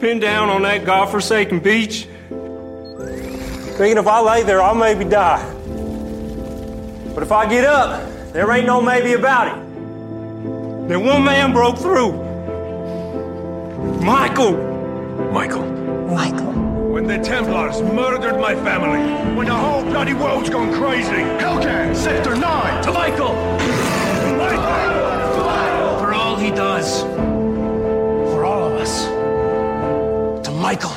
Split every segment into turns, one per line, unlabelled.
pinned down on that godforsaken beach. Thinking if I lay there, I'll maybe die. But if I get up, there ain't no maybe about it. Then one man broke through. Michael.
Michael.
Michael.
When the Templars murdered my family. When the whole bloody world's gone crazy. Hellcat, Sector 9.
To Michael! For all he does. For all of us. To Michael.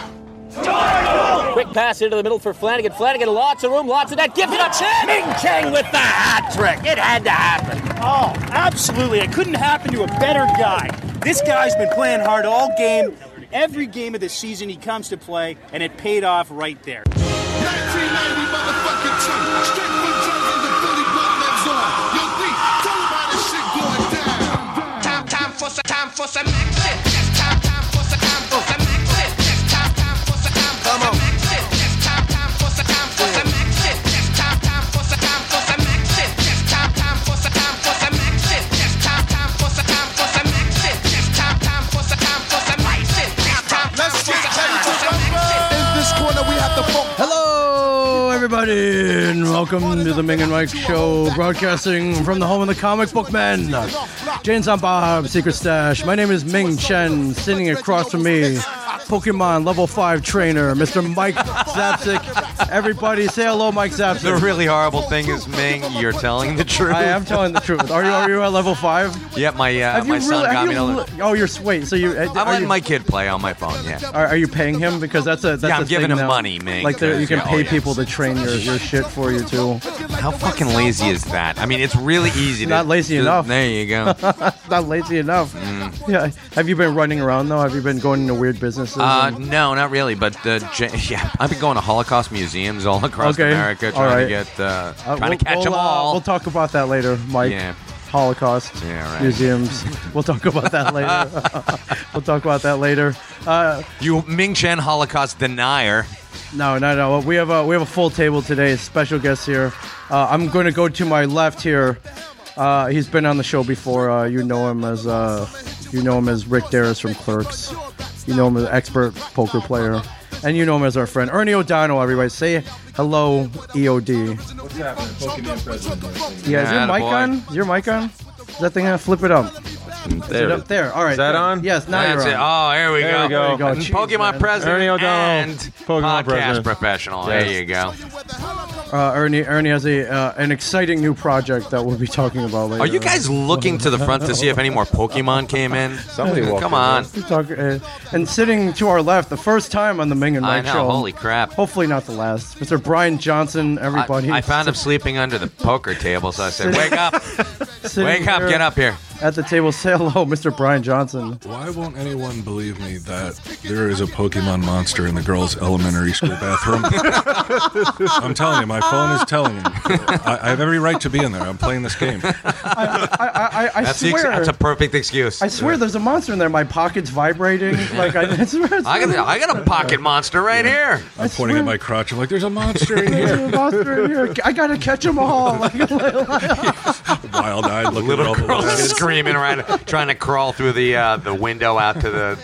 Quick pass into the middle for Flanagan. Flanagan, lots of room, lots of net. Give it a chance. Ming Chang with the hat trick. It had to happen.
Oh, absolutely. It couldn't happen to a better guy. This guy's been playing hard all game. Every game of the season he comes to play, and it paid off right there.
1990 motherfucking two. Straight from Jersey to Philly, blood lives on. Yo, D, tell 'em how this shit going down.
Time, time for some, time for some action. Yes, time, time for some, time for some action. Yes, time, time for some, time for some action. Yes, time, time for some, time for some action. Yes, time, time for some, time for some action. Yes, time, time for some, time for some action. Yes, time, time for some, time for some action. Yes, time, time for some, time for some action. Yes, time, time for some, time for some action.
In this corner, we have to focus.
Hello, everybody, and welcome to the Ming and Mike Show, broadcasting from the home of the comic book men. Jane's on Bob, Secret Stash. My name is Ming Chen. Sitting across from me, Pokemon level 5 trainer, Mr. Mike Zapsik. Everybody, say hello, Mike
The
Zapsik.
really horrible thing is, Ming, you're telling the truth.
I am telling the truth. Are you, are you at level 5?
Yeah, my uh, my son got me. another-
oh, you're wait. So you?
I'm
are
letting
you,
my kid play on my phone. Yeah.
Are, are you paying him? Because that's a that's
Yeah, I'm
a
giving
thing
him
now.
money, man,
Like there, you can
because-
pay
yeah, oh, yeah.
people to train your, your shit for you too.
How fucking lazy is that? I mean, it's really easy. to...
Not lazy
to-
enough.
There you go. Mm.
Not lazy enough. Yeah. Have you been running around though? Have you been going into weird businesses?
Uh,
and-
no, not really. But uh, J- yeah, I've been going to Holocaust museums all across
Okay,
America,
all
trying to
right.
get, uh,
Uh,
trying to catch
we'll,
them
uh,
all.
we'll talk about that later, Mike.
Yeah.
Holocaust
Yeah, right.
museums. We'll talk about that later. we'll talk about that later. Uh,
you Ming Chen Holocaust denier.
No, no, no. We have a we have a full table today. Special guests here. Uh, I'm going to go to my left here. Uh, he's been on the show before. Uh, you know him as uh, you know him as Rick Darris from Clerks. You know him as expert poker player, and you know him as our friend Ernie O'Donnell. Everybody say hello, EOD. What's happening? Yeah, is your
Atta
mic
boy.
on? Is your mic on? Is that thing gonna flip it up? Is it up there. All right. Is
that on?
Yes. Now
That's
you're
it.
on.
Oh, there we
There
go.
we go.
There you
And
Jeez,
Pokemon
man.
president
Ernie O'Donnell,
and
Pokemon
podcast
president.
professional. There
Yes.
you go.
Uh, Ernie. Ernie has a uh, an exciting new project that we'll be talking about later.
Are you guys looking to the front to see if any more Pokemon came in?
Somebody walked
Come
in.
on.
Talk, uh, and sitting to our left, the first time on the Ming and
I
Mike
know.
show.
Holy crap.
Hopefully not the last. Mr. Brian Johnson,
I,
everybody.
I found him sleeping under the poker table, so I said, "Wake up!
Sitting
Wake up!
there
Get up here!"
At the table, say hello, Mr. Brian Johnson.
Why won't anyone believe me that there is a Pokemon monster in the girls' elementary school bathroom? I'm telling you, my phone is telling me. I, I have every right to be in there. I'm playing this game.
I, I, I, I
That's, the ex-
swear.
that's a perfect excuse.
I swear there's a monster in there. My pocket's vibrating. Like I, I swear. it's-
I got, I got a pocket monster right here.
I'm pointing at my crotch. I'm like, there's a monster in
there's
here.
a monster in here. I gotta catch them all.
Wild eyed looking at
Little
all the
girl
little kids.
screaming around, trying to crawl through the uh, the window out to the,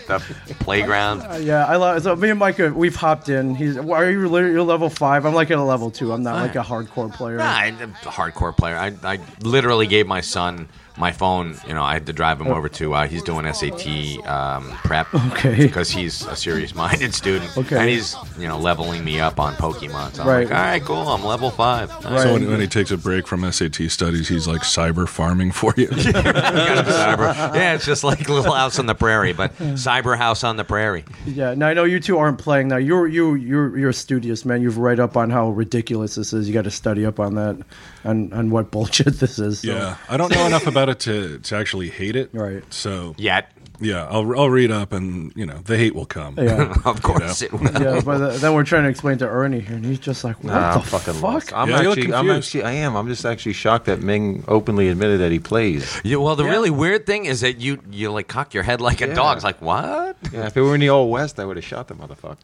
the playground.
Uh, yeah, I love. So me and Mike, uh, we've hopped in. He's. Are you? lit- You're level five. I'm like at a level two. I'm not like a hardcore player.
Nah, I'm a hardcore player. I, I literally gave my son my phone. You know, I had to drive
Oh.
him over to. Uh, he's doing SAT um, prep.
Okay.
Because he's a serious-minded student.
Okay.
And he's you know leveling me up on Pokemon. So I'm
Right.
like, all right, cool. I'm level five. All
Right.
So when, when he takes a break from SAT studies, he's like cyber farming for you.
Got him cyber. Yeah, it's just like Little House on the Prairie, but Cyber House on the Prairie.
Yeah, now I know you two aren't playing now. You're you you're you're a studious man. You've read up on how ridiculous this is. You got to study up on that, on on what bullshit this is. so.
yeah, I don't know enough about it to, to actually hate it.
Right.
So
Yet,
yeah, I'll I'll read up, and you know, the hate will come.
yeah,
of course, it will.
yeah. But th- then we're trying to explain to Ernie here, and he's just like, "What
Nah,
the
I'm fucking
fuck?"
lost. I'm
Yeah, you look
actually, I'm
confused.
actually, I am. I'm just actually shocked that Ming openly admitted that he plays.
Yeah, well, the really weird thing is that you you like cock your head like a
Yeah.
dog. It's like what?
Yeah, if it were in the old west, I would have shot the motherfucker.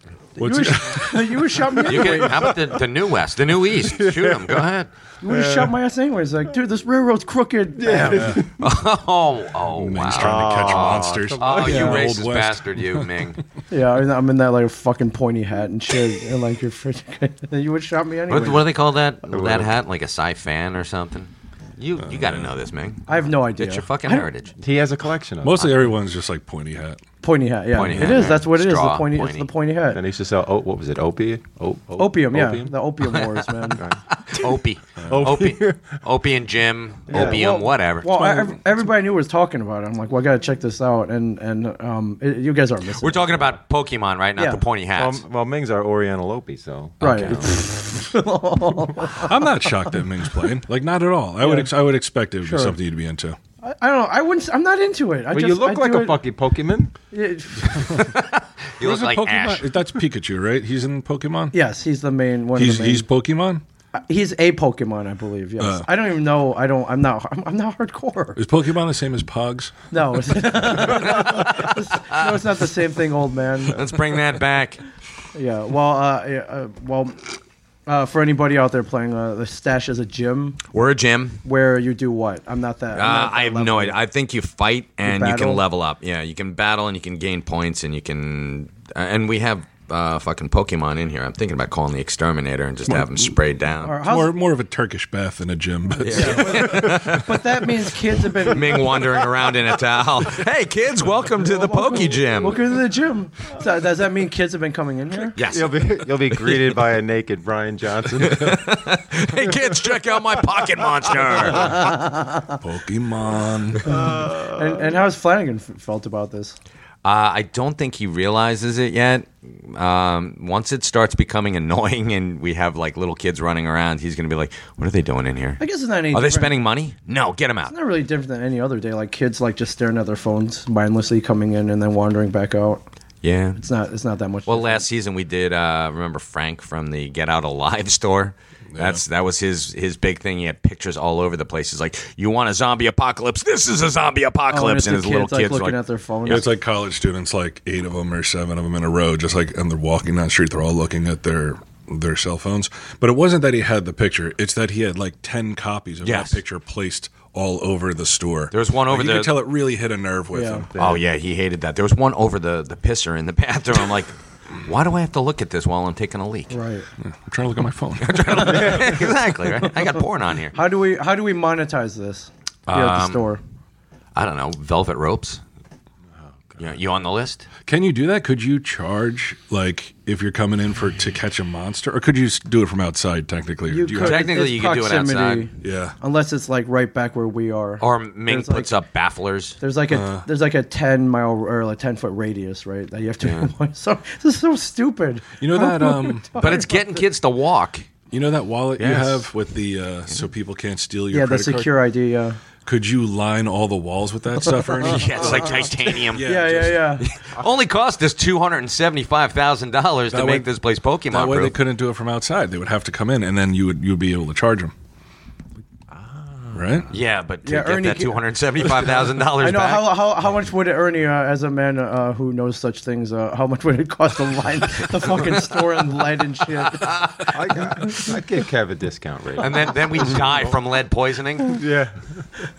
What's- You would've- you would've shot me
You can-
anyway.
how about the, the new west, the new east? Shoot him. Go ahead.
You would have shot my ass anyways. Like, dude, this railroad's crooked.
Yeah. oh, oh, wow.
trying to catch monsters.
Oh, you
Yeah.
racist
Old West.
bastard, you, Ming.
Yeah, I mean, I'm in that like fucking pointy hat and shit, and like you're freaking. you would shot me anyway.
What, what do they call that? That
Railroad.
hat, like a sci fan or something? You you
Uh,
got to know this, Ming.
I have no idea.
It's your fucking
I-
heritage.
He has a collection of
Mostly everyone's just like pointy hat.
Pointy hat, yeah,
Pointy
it
hat,
is.
yeah.
That's what it is.
Straw,
The pointy,
pointy.
it's the pointy hat.
And they used to sell, oh, what was it, opiate? O- o-
Opium, yeah, the opium wars, man.
Opie. Opie. Opie and Jim.
Yeah,
opium,
well-
whatever.
Well, ev- everybody knew was talking about it. I'm like, well, I gotta check this out, and and um, it- you guys aren't missing.
We're talking about Pokemon, right? Not
Yeah.
the pointy hats.
Well, well, Ming's our Oriental Opie, so.
Right.
I'm not shocked that Ming's playing. Like not at all. I would
Yeah.
ex- I would expect it would
Sure.
be something you'd be into.
I, I don't know. I wouldn't. s- I'm not into it. I
Well,
just,
you look
I
like
do
a
it-
fucking Pokemon.
Yeah.
You
Where's
look
the
like Ash.
Pokemon? That's Pikachu, right? He's in Pokemon.
yes, he's the main one. of the
He's
main-
he's Pokemon.
Uh, He's a Pokemon, I believe. Yes.
Uh.
I don't even know. I don't. I'm not. I'm, I'm not hardcore.
Is Pokemon the same as Pogs?
No. it's- no, it's not the same thing, old man.
Let's bring that back.
Yeah. Well. Uh, yeah, uh, well. Uh, for anybody out there playing, uh, the stash is a gym
We're a gym.
where you do what? I'm not that. I'm
Uh,
not that
I have
level.
no idea. I think you fight and you,
battle?
can level up. Yeah, you can battle and you can gain points and you can. Uh, and we have uh, fucking Pokemon in here. I'm thinking about calling the exterminator and just have him sprayed down.
Or
It's
how's-
more more of a Turkish bath than a gym. But
but that means kids have been
Ming wandering around in a towel. Hey kids, welcome to the Poke Gym.
Welcome to the gym. So does that mean kids have been coming in here?
Yes.
You'll be, you'll be greeted by a naked Brian Johnson.
Hey kids, check out my pocket monster.
Pokemon.
Uh, and, and how's Flanagan f- felt about this?
Uh, I don't think he realizes it yet. Um, once it starts becoming annoying and we have like little kids running around, he's gonna be like, "What are they doing in here?
I guess it's not any.
Are they
different.
spending money? No, get them out."
It's not really different than any other day. Like kids, like just staring at their phones mindlessly, coming in and then wandering back out.
Yeah.
It's not. It's not that much.
Well, last season we did. Uh, remember Frank from the Get Out Alive store? That's that was his his big thing. He had pictures all over the place. He's like, "You want a zombie apocalypse? This is a zombie
Oh,
apocalypse!"
it's
and
the
his little
like
kids are
looking
like,
at their phones.
It's like college students, like eight of them or seven of them in a row, just like, and they're walking down the street. They're all looking at their their cell phones. But it wasn't that he had the picture; it's that he had like ten copies of
Yes.
that picture placed all over the store.
There was one over
like, You
the-
could tell it really hit a nerve with
Yeah.
him.
"Oh yeah, he hated that." There was one over the the pisser in the bathroom. I'm like, "Why do I have to look at this while I'm taking a leak?"
right.
I'm trying to look at my phone.
exactly. Right? I got porn on here.
How do we? How do we monetize this? Here at the
Um,
store.
I don't know. Velvet ropes.
Oh,
Yeah, you on the list?
Can you do that? Could you charge like if you're coming in for to catch a monster, or could you s- do it from outside? Technically, Or do
could-
have-
Technically, you could do it
proximity,
yeah.
Unless it's like right back where we are.
Or Ming
There's
puts
like-
up bafflers. Uh.
There's like a there's like a ten mile or like ten foot radius, right? That you have to. so this is so stupid.
You know that um,
But it's getting kids to walk.
you know that wallet you
Yes.
have with the uh, so people can't steal your
Yeah, the
credit card?
secure ID. Yeah.
Could you line all the walls with that stuff, Ernie?
Yeah, it's like titanium.
Yeah,
just-
yeah, yeah.
Only cost us two hundred and seventy-five thousand dollars to
That
make
way-
this place Pokemon
That way they
proof.
couldn't do it from outside. They would have to come in, and then you would you'd be able to charge them.
Ah.
Right?
yeah, but to
Yeah,
get
Ernie
that
can-
two hundred seventy-five thousand
I
dollars
know
back,
how, how how much would Ernie, uh, as a man uh, who knows such things, uh, how much would it cost to line the fucking store and light and shit?
I, I'd give Kev a discount rate.
and then then we die from lead poisoning.
yeah.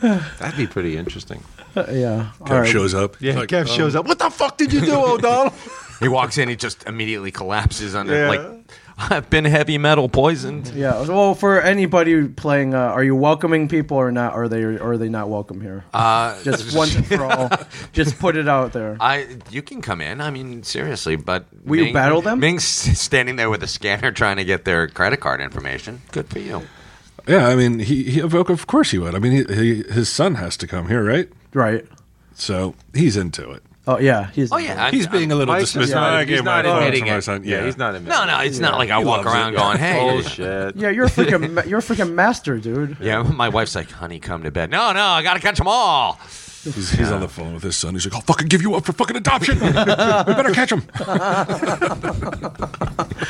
That'd be pretty interesting.
yeah.
Kev shows up.
Yeah,
It's like,
Kev
um,
shows up. What the fuck did you do, O'Donnell?
He walks in, he just immediately collapses under
Yeah.
like. I've been heavy metal poisoned.
Yeah. Well, for anybody playing, uh, are you welcoming people or not? Are they are they not welcome here?
Uh,
just once and for all, just put it out there.
I you can come in. I mean, seriously, but
Will you battle them?
Ming's standing there with a scanner trying to get their credit card information. Good for you.
Yeah, I mean, he, he of, of course he would. I mean, he, he, his son has to come here, right?
Right.
So he's into it.
Oh yeah. He's
Oh yeah, I-
He's being a little
Mike's
dismissive.
not-
I
he's
gave my
not
phone
admitting
to my
it.
son.
Yeah, he's not admitting
No, no, it's not like I walk
loves it.
around going, "Hey,
Bullshit.
Yeah, you're a freaking ma- you're a freaking master, dude.
Yeah, my wife's like, honey, come to bed. No, no, I gotta catch them all.
He's, he's on the phone with his son. He's like, I'll fucking give you up for fucking adoption. we better catch him.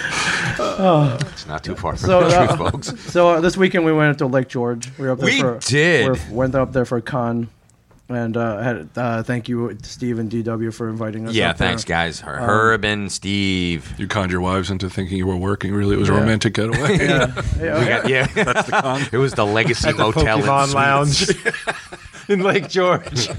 It's not too far from
So,
the
uh,
truth, folks.
So uh, this weekend we went up to Lake George. We were up there
We
for,
did.
We went up there for a con. And uh, had- uh, thank you, Steve and DW, for inviting us.
Yeah,
up there.
thanks, guys. Her,
Um,
Herb and Steve.
You conned your wives into thinking you were working. Really, it was a
Yeah.
romantic getaway.
Yeah. Yeah. We got- yeah.
That's the con.
It was the Legacy
At the
Motel and
Pokemon
Suites.
Lounge in Lake George.
yeah,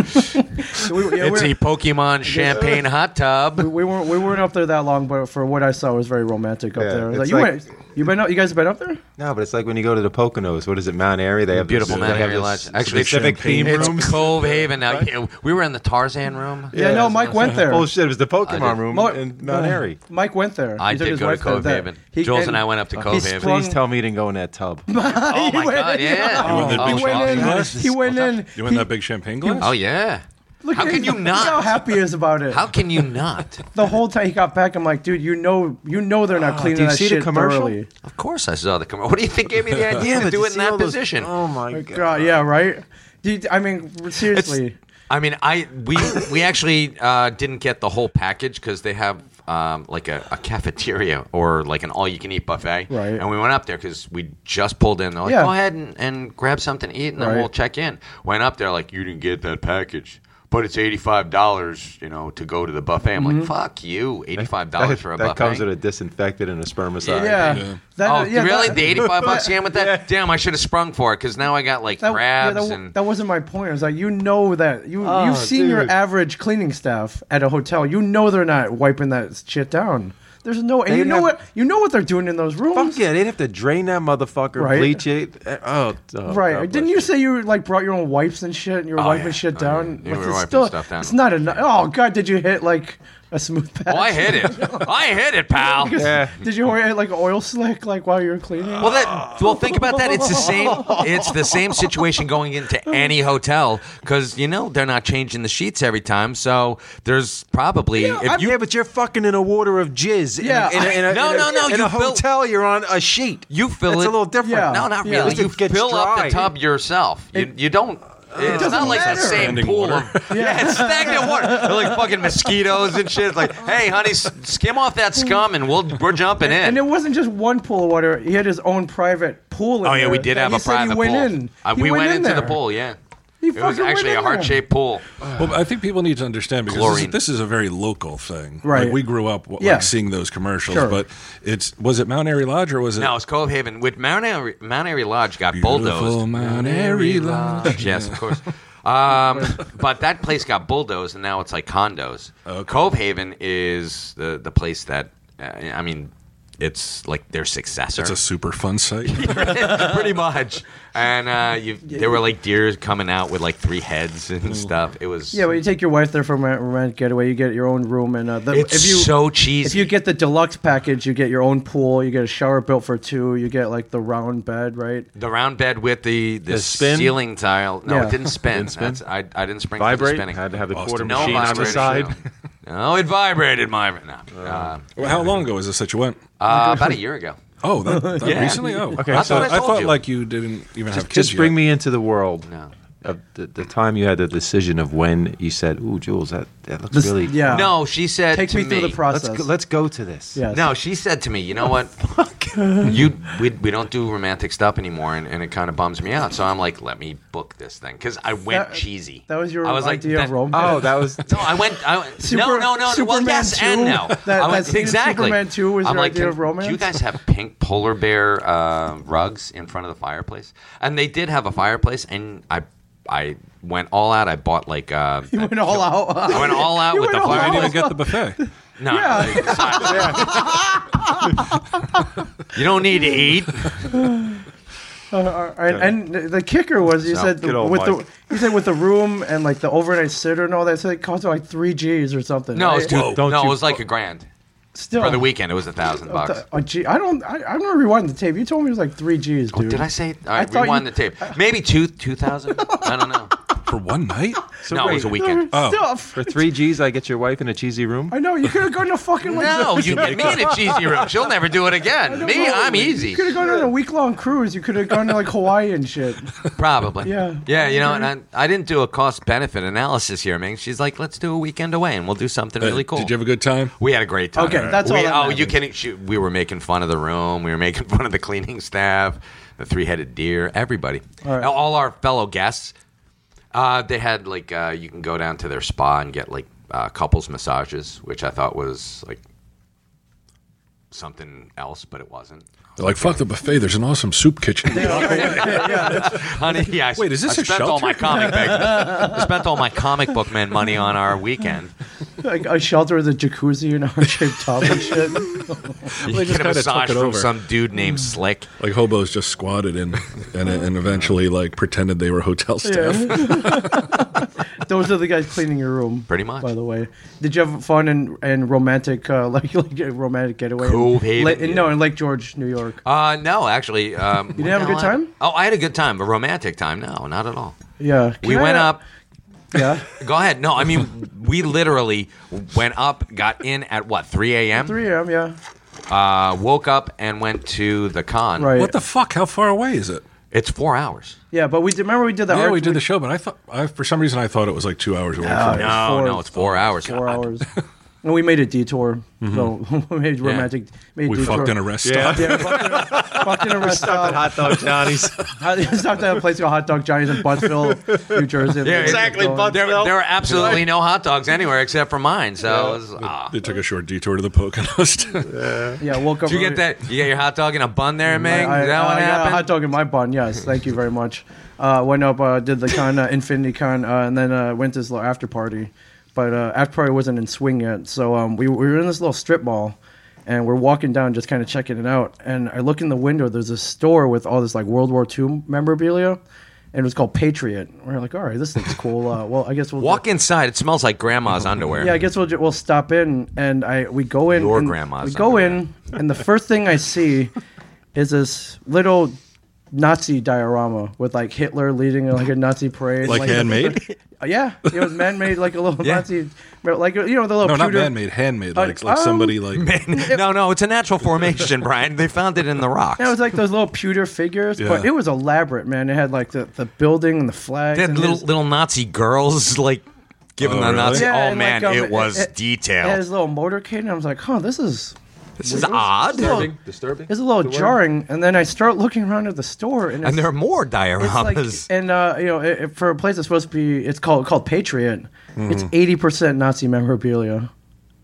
it's
we're-
a Pokemon champagne hot tub.
We, we weren't we weren't up there that long, but for what I saw, it was very romantic up
Yeah,
there. It was
it's
like,
like-
you, went, you been up, you guys been up there?
No, but it's like when you go to the Poconos. What is it, Mount Airy? They have
Beautiful
this,
Mount
they have
Airy
this
Lodge. Actually, it's,
specific theme
it's
room.
Cove Haven. Now, yeah, we were in the Tarzan room.
Yeah, no, Mike went there.
Bullshit. It was the
I
Pokemon
did-
room
Mo-
in Mount
uh,
Airy.
Mike went there.
I
He took
did
his
go to
wife there
Cove
that-
Haven.
he-
Jules and I went up to
he
Cove Haven.
sprung-
Please tell me you didn't go in that tub.
oh
my God, yeah. You Oh, went in that
He
big
went
champagne
in.
glass?
He went in.
You in that big champagne glass?
Oh yeah.
Look
How
at him.
can you
Look how
not?
happy he is about it.
How can you not?
the whole time he got back, I'm like, dude, you know, you know they're not
Oh,
cleaning
do you
that
see the
shit
commercial?
thoroughly.
Of course, I saw the commercial. What do you think gave me the idea to do it in that position?
oh my
God. yeah, right. Do you- I mean, seriously.
I mean, I we we actually uh, didn't get the whole package because they have um, like a, a cafeteria or like an all-you-can-eat buffet,
Right.
And we went up there because we just pulled in. They're like,
Yeah.
"Go ahead and, and grab something to eat, and then
Right.
we'll check in." Went up there like, "You didn't get that package." But it's eighty-five dollars, you know, to go to the buffet. I'm
Mhm.
like, "Fuck you! Eighty-five
That,
dollars for a
that
buffet."
comes with a disinfectant and a spermicide.
Yeah. Yeah. That- uh,
oh,
yeah,
really?
that-
the eighty-five bucks you had with that? Damn, I should have sprung for it because now I got like
That, yeah,
crabs
that,
and
that wasn't my point. It was like you know that you
Oh,
you've seen your
dude.
average cleaning staff at a hotel. You know they're not wiping that shit down. There's no, and
They
you know
have-
what you know what they're doing in those rooms.
Fuck yeah, they'd have to drain that motherfucker,
Right.
bleach it. Uh, Oh, oh,
right?
God
Didn't you say you like brought your own wipes and shit, and you were
Oh,
wiping
yeah.
shit
Oh,
down?
yeah. You
Like,
were
it's
wiping
still-
stuff down.
It's not enough. Oh god, did you hit like a smooth patch?
Oh, I hit it. I hit it, pal.
Did you hit like an oil slick like while you were cleaning?
Well, that well, think about that. It's the same. It's the same situation going into any hotel because you know they're not changing the sheets every time. So there's probably
bless you.
if
I'm-
you.
yeah, but you're fucking in a water of jizz. in a-
Yeah.
in a, in a,
No,
in a-
no, no,
In
you
a
built-
hotel, you're on a sheet.
You fill
That's
it.
a little different.
No, not really.
At least
You
it gets
fill up
dry.
the tub yourself. You, you don't. It's
doesn't
not like
matter.
the same
Standing
pool.
water.
Of, yeah. it's stagnant water. They're like fucking mosquitoes and shit. It's like, hey, honey, s- skim off that scum and we'll we're jumping in.
And it wasn't just one pool of water. He had his own private pool. In
Oh yeah,
there
we did
that
have
he
a
said he
private
went
pool.
In.
Uh,
He
we went, into
there.
the pool. Yeah,
He
it was
fucking went
actually
in
a
there.
heart shaped pool.
Well, I think people need to understand because this is,
Chlorine.
this is a very local thing.
Right.
Like we grew up w-
Yeah.
like seeing those commercials,
Sure.
but it's was it Mount Airy Lodge or was it?
No, it's Cove Haven. With Mount Airy, Mount Airy Lodge got
Beautiful
bulldozed.
Mount Airy Lodge.
yes, of course. Um, but that place got bulldozed, and now it's like condos. Cove Haven is the the place that uh, I mean, it's like their successor.
It's a super fun site.
pretty much. And uh, you, there were like deer coming out with like three heads and stuff. It was
Yeah, but you take your wife there for a rom- romantic getaway. You get your own room, and uh, the,
It's
if you,
so cheesy.
If you get the deluxe package, you get your own pool, you get a shower built for two, you get like the round bed, right?
The round bed with the, the,
The spin?
ceiling tile. No,
Yeah.
it didn't spin.
Didn't spin?
That's, I, I didn't spring for
Vibrate?
the spinning.
Had to have the
Austin,
quarter
no
machine on the
vibrator,
side?
No. No, it vibrated my. No. Uh,
Well, how long ago was this that you went?
uh, about a year ago.
Oh, that, that
Yeah.
recently. Oh,
Okay,
I
so-
thought, I
I told
thought
you.
like you didn't even have
Just,
kids.
just bring
yet.
me into the world.
No.
Of the, the time you had the decision of when you said, "Ooh, Jules, that, that looks
This-
really
yeah. No, she said Take to me through the me- process.
Let's go, let's go to this.
No, she said to me, "You
Oh,
know what? you we, we don't do romantic stuff anymore, and, and it kind of bums me out." So I'm like, "Let me book this thing," because I went
That-
cheesy.
That was your
I was like,
idea
that-
of romance.
Oh, that
was
No, I went. I went
Super-
no, no, no. well,
Superman
yes
2?
and no.
That-
I
that
went,
scene in
exactly.
Superman 2 was
I'm
your
like,
idea
"Can-
of romance?"
Do you guys have pink polar bear uh, rugs in front of the fireplace? And they did have a fireplace, and I. I went all out. I bought like uh,
You went all out.
I went all out
You
with the
went all
fire.
out.
buffet.
No, you don't need to eat.
Uh, all right, and the kicker was you
So,
said
good old
with
Mike.
the you said with the room and like the overnight sitter and all that. So it cost like three G's or something.
No, it was,
right?
two, no, it was like a grand.
Still. Oh,
for the weekend, it was a thousand bucks.
A G. I don't. I, I remember rewinding the tape. You told me it was like three G's, dude.
Oh, Did I say? All
I
right,
thought
rewind
you-
the tape. Maybe two, two thousand. I don't know.
For one night?
no, it was a weekend.
For three G's, I get your wife in a cheesy room.
I know you could have gone to fucking. Like,
No, you get me in a cheesy room. She'll never do it
I
again.
don't
Me,
know.
I'm
You
easy.
could have gone on a week long cruise. You could have gone to like Hawaii and shit.
Probably.
Yeah.
Yeah, you know, and I, I didn't do a cost benefit analysis here, man. She's like, let's do a weekend away and we'll do something
Uh,
really cool.
Did you have a good time?
We had a great time.
Okay, that's all
we,
that
Oh, you can. Shoot, we were making fun of the room. We were making fun of the cleaning staff, the three-headed deer, everybody, all,
All right.
our fellow guests. Uh, they had like uh, you can go down to their spa and get like uh, couples massages, which I thought was like something else, but it wasn't.
They're like, fuck the buffet. There's an awesome soup kitchen.
Honey, yeah. I,
Wait, is this
I
a
spent all
shelter?
my comic book? I spent all my comic book man money on our weekend.
Like a shelter with a jacuzzi and a heart shaped tub and shit. Mm.
You get a massage from some dude named Slick.
Like hobos just squatted in and, and eventually like pretended they were hotel staff.
Those are the guys cleaning your room.
Pretty much.
By the way, did you have fun and and romantic uh, like like a romantic getaway? in
Cove Haven,
La- in- No, in Lake George, New York.
Uh, no, actually, um,
You didn't have a good time?
Oh, I had a good time, a romantic time. No, not at all.
Yeah. Can
we
I,
went
uh,
up.
Yeah.
Go ahead. No, I mean we literally went up, got in at what three a.m.
3 a.m. Yeah.
Uh, woke up and went to the con.
Right. What the
fuck? How far away is it?
It's four hours.
Yeah, but we did, remember we did the
yeah,
art-
we did the show, but I thought I, for some reason I thought it was like two hours away.
No,
Ah,
from me.
it was four-
no, it's four hours. Mm-hmm.
Four hours. And we made a detour. So we made
Yeah.
romantic. Made a
We
detour.
fucked in a rest Yeah. stop.
Yeah, we fucked in a, fucked in a rest stop.
Hot Dog Johnny's.
Hot- stopped at a place called Hot Dog Johnny's in Buttsville, New Jersey.
Yeah,
Exactly,
Going.
but
There,
Well,
there were absolutely no hot dogs anywhere except for mine. So it was, ah.
They took a short detour to the Poconos.
Yeah, woke up.
Did you
early. Mm,
get that? You got your hot dog in a bun there, Meg?
I,
Is that
I-
what
I got a
happened?
hot dog in my bun. Yes, thank you very much. Uh, went up, uh, did the con, uh, Infinity Con, uh, and then uh, went to this little after party. But uh, after party wasn't in swing yet, so um, we, we were in this little strip mall, and we're walking down, just kind of checking it out. And I look in the window. There's a store with all this like World War II memorabilia, and it was called Patriot. We're like, all right, this looks cool. Uh, well, I guess we'll
Walk inside. It smells like grandma's underwear.
yeah, I guess we'll ju- we'll stop in and I we go in.
Your
and
grandma's
We go in, and the first thing I see is this little Nazi diorama with like Hitler leading like a Nazi parade,
Like handmade?
Uh, yeah, it was man-made, like a little
Yeah.
Nazi, like you know the little
no, not
pewter-
man-made, handmade.
Uh,
Like, like
um,
somebody like
no, no, it's a natural formation, Brian. They found it in the rock.
Yeah, it was like those little pewter figures, but
Yeah.
it was elaborate, man. It had like the, the building and the flags.
They had
and
little
his-
little Nazi girls like giving
Oh,
the
really?
Nazi.
Yeah,
oh
and, like,
man,
um,
it was
It had
detailed.
his little motorcade, and I was like, huh, this is
This is odd.
Disturbing.
Disturbing.
It's a little
The word?
jarring, and then I start looking around at the store, and,
And
it's-
there are more
it's like-
dioramas.
and uh, you know, it, it- for a place that's supposed to be, it's called called Patriot. It's eighty percent Nazi memorabilia,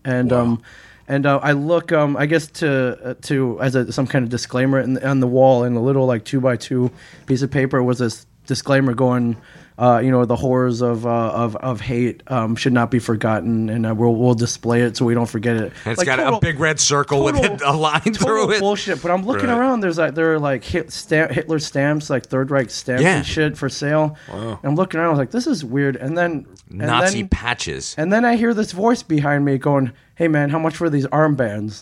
and um, and uh, I look, um, I guess to uh, to as a, some kind of disclaimer in, on the wall in a little like two by two piece of paper was this disclaimer going. Uh, you know the horrors of uh, of of hate um, should not be forgotten, and uh, we'll we'll display it so we don't forget it.
and it's
Like,
got
total-
a big red circle with
total-
a line
total
through it.
bullshit. But I'm looking
Right.
around. There's like there are like Hit, stamp, Hitler stamps, like Third Reich stamps
Yeah.
and shit for sale. And I'm looking around. I was like, this is weird. And then and
Nazi
then,
patches.
and then I hear this voice behind me going, "Hey man, how much were these armbands?"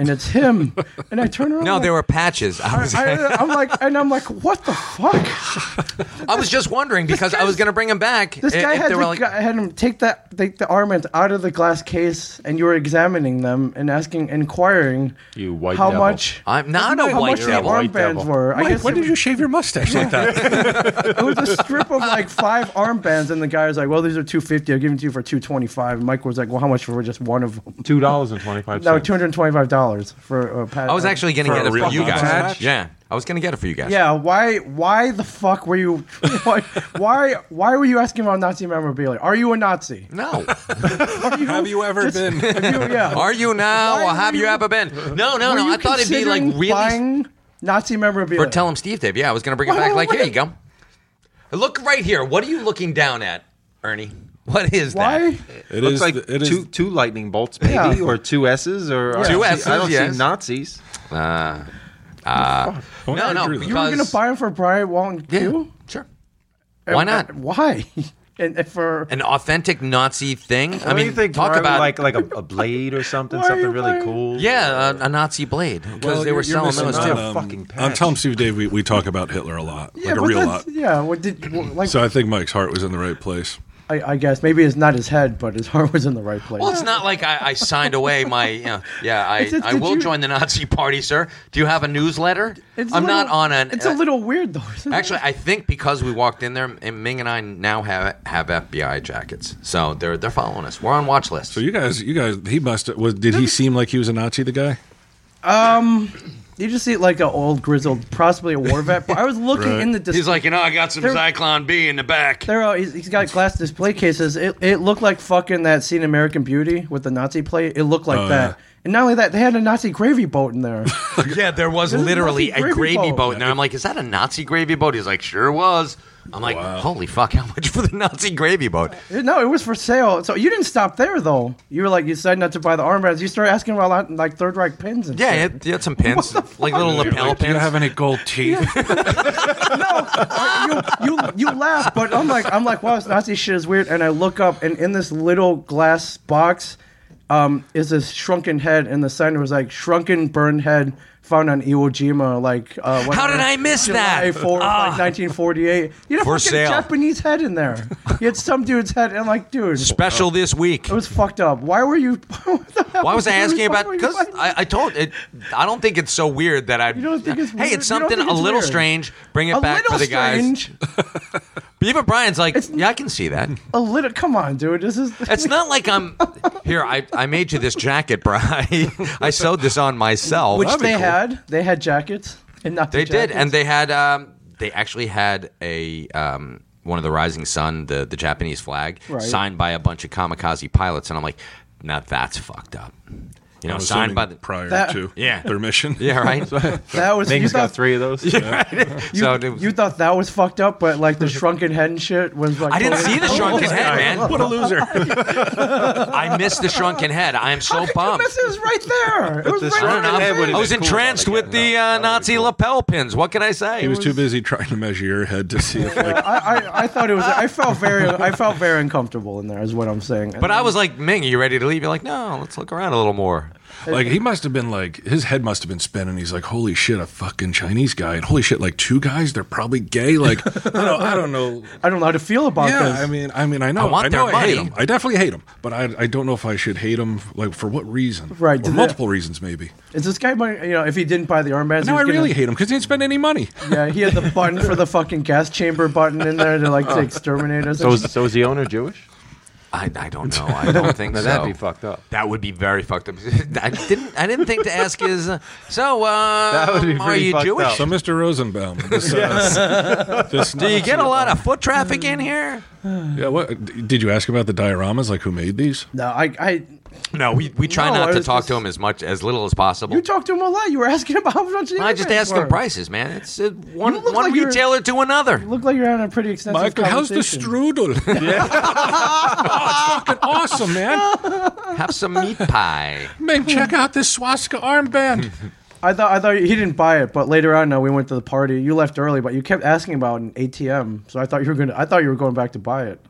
And it's him. and I turn around.
No,
like,
there were patches. I was,
I,
I,
I, I'm like, and I'm like, what the fuck?
was just wondering because I was going to bring him back.
This
i-
guy
if
had,
they
the,
were like,
guy had him take that take the armbands out of the glass case, and you were examining them and asking, inquiring,
You white
how
devil.
much?
I'm not
No,
a
how
white
much the
devil.
armbands were. I
Mike,
guess
when
it
did you shave your mustache like that?
it was a strip of like five armbands, and the guy was like, "Well, these are two fifty. I'll give them to you for two twenty five. And Mike was like, "Well, how much for just one of them?"
Two dollars and twenty five
No,
cents.
two hundred twenty five dollars for a patch.
I was actually going to get it for you guys.
Patch?
Yeah, I was going to get it for you guys.
Yeah, why? Why the fuck were you? Why? Why, why were you asking about Nazi memorabilia? Are you a Nazi?
No.
have you ever been?
yeah.
Are you now or have you, ever been? No, no,
Were
no.
you
I thought it'd be like
considering
really
buying Nazi memorabilia.
Or tell him Steve Dave. Yeah, I was gonna bring it back. Like, here you go. Look right here. What are you looking down at, Ernie? What is
Why?
It looks
is
like
the- it is-
two two lightning bolts, maybe,
Yeah.
or two S's, or I
Two
don't see-
S's,
I don't
yes.
see Nazis.
that? Uh, uh, no, no.
you were gonna
Because
buy him for Brian Wong too?
sure.
And-
Why not?
and Why? And, and for
an authentic Nazi thing. I
What do
mean,
you think
talk
Brian,
about
like like a, a blade or something,
Why are
something
you
really
playing-
cool.
yeah, a, a Nazi blade because
Well,
they were
you're- you're missing
selling those
out
too.
on,
fucking
Um, on
patch.
Tom, Steve, Dave, we, we talk about Hitler a lot, like a
but
real
that's-
lot.
Yeah, what did like?
So I think Mike's heart was in the right place.
I, I guess maybe it's not his head, but his heart was in the right place.
Well, it's not like I, I signed away my. You know, yeah, I,
It's- it's-
I
did
will
you-
join the Nazi party, sir. Do you have a newsletter?
It's a
I'm not
little-
on an. uh,
It's a little weird though. Isn't
Actually, I think because we walked in there, and Ming and I now have have FBI jackets, so they're they're following us. We're on watch list.
So you guys, you guys, he must. Was did he seem like he was a Nazi? The guy.
it? um, You just see like an old grizzled, possibly a war vet. But I was looking in the display.
He's like, you know, I got some
There-
Zyklon B in the back.
There, are, he's, he's got glass display cases. It, it looked like fucking that scene in American Beauty with the Nazi plate. It looked like
Oh,
that.
Uh,
yeah.
And not only that, they had a Nazi gravy boat in there.
yeah, there was
This is
literally
Nazi
a
gravy
gravy
boat.
boat in there. I'm like, is that a Nazi gravy boat? He's like, sure was. I'm like, holy fuck, how much for the Nazi gravy boat?
Uh, no, it was for sale. So you didn't stop there though. You were like, you decided not to buy the armbands. You started asking about like Third Reich pins and
Yeah,
shit.
it, it had some pins, like little lapel
Like,
pins.
do you have any gold teeth?
you you laugh, but I'm like I'm like wow, this Nazi shit is weird. And I look up, and in this little glass box, um, is this shrunken head, and the sign was like "shrunken, burned head found on Iwo Jima." Like, uh,
How did I miss
July
that?
4th,
Ah.
like 1948. You had a
For
fucking
sale.
Japanese head in there. You had some dude's head, and I'm like, dude, Uh,
Special this week.
It was fucked up. Why were you?
Why was I
Why
asking
were
about?
you
Because I, I told it. I don't think it's so weird that I. hey,
weird?
it's
You don't
something
think
a
it's
little
weird?
strange. Bring it
A
back for
little
the
strange?
guys. but even Brian's like, yeah, I can see that.
A little. Come on, dude. This is.
It's not like I'm here. I, I made you this jacket, Brian. I, sewed this on myself,
Which they had. They had jackets. And not
They did, and they had. Um, they actually had a um, one of the Rising Sun, the the Japanese flag,
Right.
signed by a bunch of kamikaze pilots, and I'm like, now that's fucked up. You know,
I'm
signed by
assuming
the
prior
That-
to
yeah
their mission.
Yeah, right.
That was- Ming's you got thought-
three of those.
Yeah, right.
You,
so it was-
you thought that was fucked up, but like the shrunken head and shit was like.
I didn't see the
Oh,
shrunken
this
head,
guy.
man.
What a loser!
I missed the shrunken head. I am so bummed.
This is right there. It was
I
right
don't know.
there.
I was entranced with the uh, Nazi lapel pins. What can I say?
He was too busy trying to measure your head to see if like
I, I, I thought it was. I felt very. I felt very uncomfortable in there. Is what I'm saying.
But I was like, Ming, are you ready to leave? You're like, no, let's look around a little more.
Like he must have been like his head must have been spinning. He's like, holy shit, a fucking Chinese guy, and holy shit, like two guys, they're probably gay. Like I don't, I don't know.
I don't know how to feel about
yeah,
this.
I mean, I mean, I know,
I
I,
want
know,
their
I hate
money.
him. I definitely hate him, but I, I don't know if I should hate him. Like for what reason?
Right,
Or
did they-
multiple reasons, maybe.
Is this guy? my- You know, if he didn't buy the armbands,
No, I
he was gonna-
really hate him because he didn't spend any money.
Yeah, he had the button for the fucking gas chamber button in there to like to exterminate us.
So is, so is the owner Jewish?
I, I don't know. I don't think
Now
so.
that'd be fucked up.
That would be very fucked up. I didn't. I didn't think to ask his. Uh, so, uh,
That would be
are you Jewish?
So, Mr. Rosenbaum, this, uh, this
Do you
Nazi-
get a lot of foot traffic in here?
Yeah, what did you ask about the dioramas? Like who made these?
No, I. I
No, we, we try
No,
not
I
to
was
talk
just-
to him as much as little as possible.
you talked to him a lot. You were asking about how much. the
I just
armbands
ask him
were.
prices, man. It's uh, one
You look
one
like you're-
retailer to another.
You Look like you're having a pretty extensive.
Michael, how's the
conversation.
strudel? Yeah. oh, it's fucking awesome, man.
Have some meat pie.
Man, check out this swastika armband.
I thought I thought he didn't buy it, but later on, no, we went to the party. You left early, but you kept asking about an ATM, so I thought you were going. to I thought you were going back to buy it.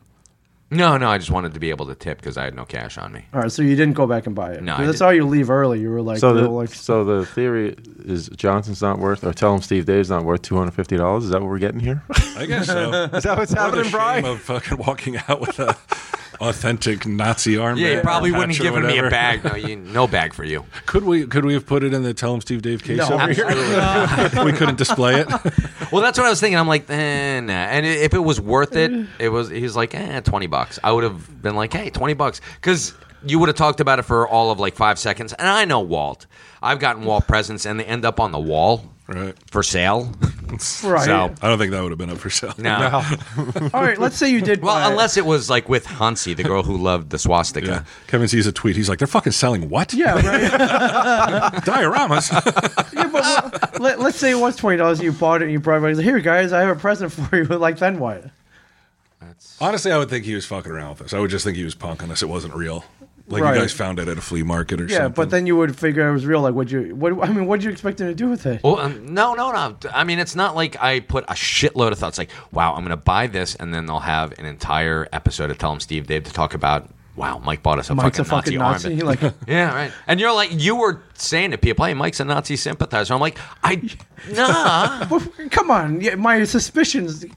No, no, I just wanted to be able to tip because I had no cash on me.
All right, so you didn't go back and buy it.
No,
'Cause
I
that's how you leave early. You were like,
so,
you
the,
were like
so the theory is Johnson's not worth, or tell him Steve Dave's not worth two hundred fifty dollars. Is that what we're getting here?
I guess so.
Is that what's
Or the
happening,
shame
Brian?
Of fucking walking out with a authentic Nazi armband.
Yeah, you probably
or
wouldn't
patch
have
or
given me a
whatever.
bag. No, you, no bag for you.
Could we? Could we have put it in the Tell 'em Steve Dave case
No.
over here? we couldn't display it.
Well, that's what I was thinking. I'm like, eh, nah. And i- if it was worth it, it was. He was like, eh, twenty bucks. I would have been like, hey, twenty bucks, because you would have talked about it for all of like five seconds. And I know Walt. I've gotten Walt presents, and they end up on the wall
Right.
for sale.
Right.
So
I don't think that would have been up for sale.
no.
all right, let's say you did. buy
Well,
it.
unless it was like with Hansi, the girl who loved the swastika.
Yeah. Kevin sees a tweet. He's like, "They're fucking selling what?
Yeah, right.
Dioramas."
yeah, but let, let's say it was twenty dollars. You bought it. and You brought it. back, he's like, Here, guys, I have a present for you. Like, then what?
Honestly, I would think he was fucking around with us. I would just think he was punking us. It wasn't real. Like
Right.
you guys found it at a flea market or
Yeah,
something.
but then you would figure it was real. Like, what you? What I mean, what would you expect him to do with it?
Well, um, no, no, no. I mean, it's not like I put a shitload of thoughts. Like, wow, I'm going to buy this, and then they'll have an entire episode of Tell 'em Steve Dave to talk about. Wow, Mike bought us a
Mike's
fucking,
a fucking
Nazi,
Nazi.
armband.
Like,
yeah, right. And you're like, you were saying to people, "Hey, Mike's a Nazi sympathizer." I'm like, I nah.
Well, come on, yeah, my suspicions and,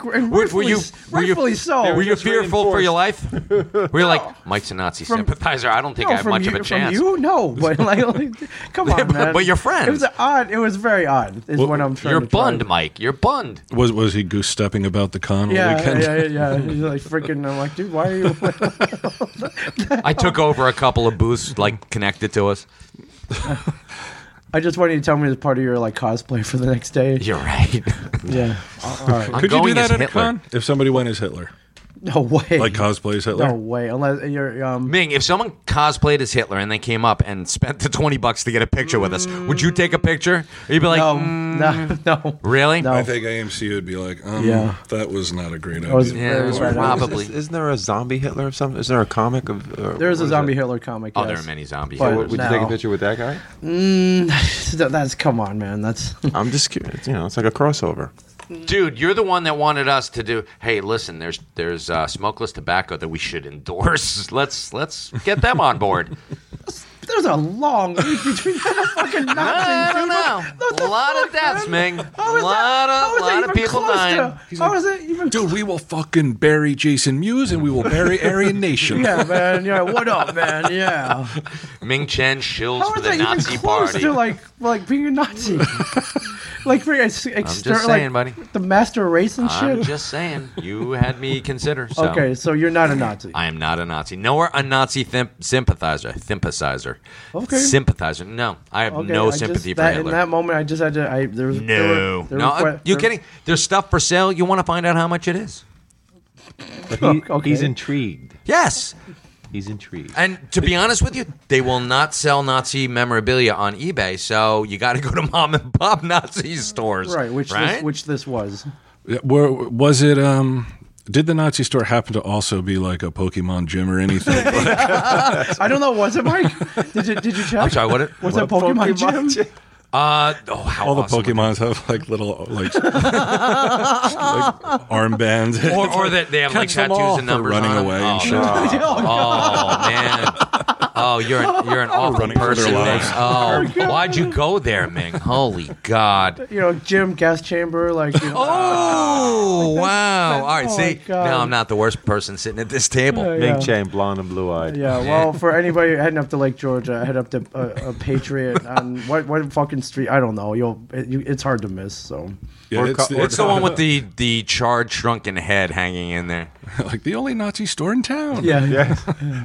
and
Were,
rightfully,
were you were you
rightfully so.
Were you fearful for your life? Were you like, Mike's a Nazi sympathizer? I don't think
No,
I have
from
much
you,
of a
from
chance.
you, no, but like, like, come on,
But-
man.
but you're
It was
friends.
odd. It was very odd. Is what I'm trying
You're
to try.
bunned, Mike. You're bunned.
was was he goose stepping about the con all
Yeah,
weekend?
yeah, yeah, yeah. He's like freaking. I'm like, dude, why are you?
I took over a couple of booths like connected to us.
I just wanted you to tell me as part of your like cosplay for the next day.
You're right.
yeah. All right.
Could you do that at a con? If somebody went as Hitler.
No way.
Like cosplays Hitler.
No way. Unless you're um.
Ming, if someone cosplayed as Hitler and they came up and spent the 20 bucks to get a picture with us, would you take a picture? Or you'd be like,
No,
"Mm,
no, no.
Really?
I think AMC would be like, um,
Yeah.
that was not a great idea.
That was very bad.
Is, isn't there a zombie Hitler or something? Is there a comic of? Or,
There is
what
a
it?
zombie Hitler comic.
Oh, there
yes.
are many zombie
But
So would would you take
no.
a picture with that guy?
Mm, that- that's come on, man. That's
I'm just curious. You know, it's like a crossover.
Dude, you're the one that wanted us to do. Hey, listen, there's there's uh, smokeless tobacco that we should endorse. Let's let's get them on board.
there's a long week between that fucking Nazis.
I don't
dude.
know. A lot of deaths, Ming. A lot
How
of
is that
lot of
even
people
close
dying.
To, how is it even?
Dude, we will fucking bury Jason Mewes and we will bury Aryan Nation.
Yeah, man. Yeah, what up, man? Yeah.
Ming Chen shills
How
for
is
the
that
Nazi
even close
party.
to like like being a Nazi? like for ex-
just
exter-
saying, buddy.
like, The master race and
I'm
shit.
just saying, you had me consider. So.
Okay, so you're not a Nazi.
I am not a Nazi. Nor a Nazi thimp- sympathizer. Sympathizer.
Okay.
Sympathizer. No, I have
Okay, I
no
just-
sympathy for
that,
Hitler.
In that moment, I just had to. I there was there were-
no,
there
no.
were que-
uh, you
there-
kidding? There's stuff for sale. You want to find out how much it is?
Okay.
He's intrigued.
Yes.
He's intrigued.
And to be honest with you, they will not sell Nazi memorabilia on eBay. So you got to go to mom and pop Nazi stores.
Right, which This,
right?
which this was.
Yeah, Were, was it, um, did the Nazi store happen to also be like a Pokemon gym or anything?
I don't know. Was it Mike? Did you did you check?
I'm sorry. What?
Was it Pokemon, Gym?
Uh, oh, how
All the
awesome.
Pokemons have like little like, like armbands.
Or, or that they have like
Catch them
tattoos
all
and
for
numbers
running
on them.
away
oh,
and shit.
no.
Oh,
Oh man! Oh, you're an, you're an awful
running for their
person. Ming.
lives.
Oh, why'd you go there, Ming? Holy God!
You know, gym, gas chamber, like. You know,
Oh wow!
that's-
All right,
oh,
see,
my God.
now I'm not the worst person sitting at this table.
Yeah.
Big chain, blonde and blue eyed.
Yeah, well, for anybody heading up to Lake Georgia, head up to uh, a Patriot on what what fucking street? I don't know. You'll it, you, it's hard to miss. So
Yeah, it's,
It's the one with the the charred, shrunken head hanging in there.
like the only Nazi store in town.
yeah,
Yeah.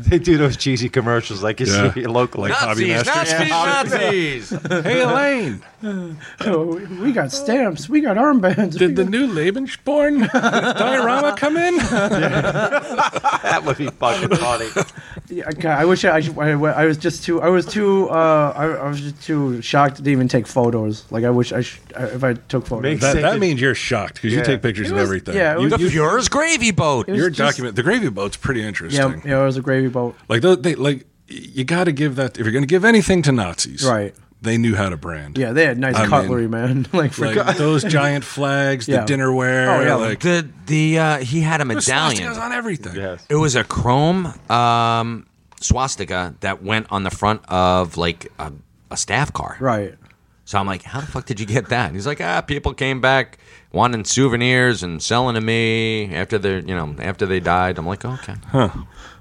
they do those cheesy commercials like you
Yeah.
see locally.
Hobby
Nazis,
Master.
Nazis, Nazis!
Hey Elaine,
So, Oh, we got stamps, we got armbands. we
did the
got-
new Lebensborn diorama come in?
that would be fucking funny.
Yeah, God, I wish I, I, should- I I was just too I was too uh I, I was just too shocked to even take photos. Like I wish I, sh- I if I took photos.
Makes-
That, that
Sick.
means you're shocked because
Yeah.
you take pictures
It
of
was-
everything.
yeah, it
You-
was-
you-
Fure's gravy boat.
was
your
just-
document, the gravy boat's pretty
yeah,
interesting.
yeah, it was a gravy boat.
Like tho- they like you got to give that if you're going to give anything to Nazis,
Right.
They knew how to brand.
Yeah, they had nice
I mean,
cutlery, man. like, for
Like those giant flags, the
Yeah.
dinnerware,
Oh, yeah.
like
The the uh, he had a
there's
medallion.
swastikas on everything.
Yes.
It was a chrome um, swastika that went on the front of like a, a staff car.
right.
So I'm like, how the fuck did you get that? And he's like, ah, people came back wanting souvenirs and selling to me after they, you know, after they died. I'm like, okay, huh,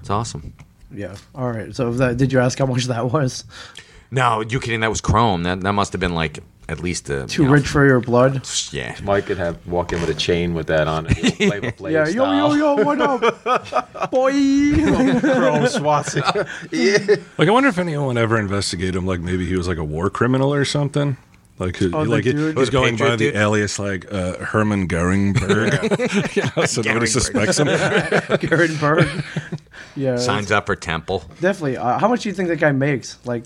it's awesome.
Yeah. All right. So that, did you ask how much that was?
No, you kidding? That was chrome. That that must have been like at least a,
Too rich for your blood.
Yeah.
Mike could have walk in with a chain with that on it. Flavor Flav
Yeah. Yo yo
style.
yo. What up, boy?
Chrome swastika.
Like I wonder if anyone ever investigated him. Like maybe he was like a war criminal or something. Like, who-
Oh, the
like he,
dude-
he's
Oh, the
going
Patriot
by the
dude?
alias like uh, Herman Goringberg. you know, so nobody
Goringberg.
suspects him.
Garrett Berg. Yeah.
Signs up for Temple.
Uh,
Uh,
Definitely. Uh, how much do you think that guy makes? Like,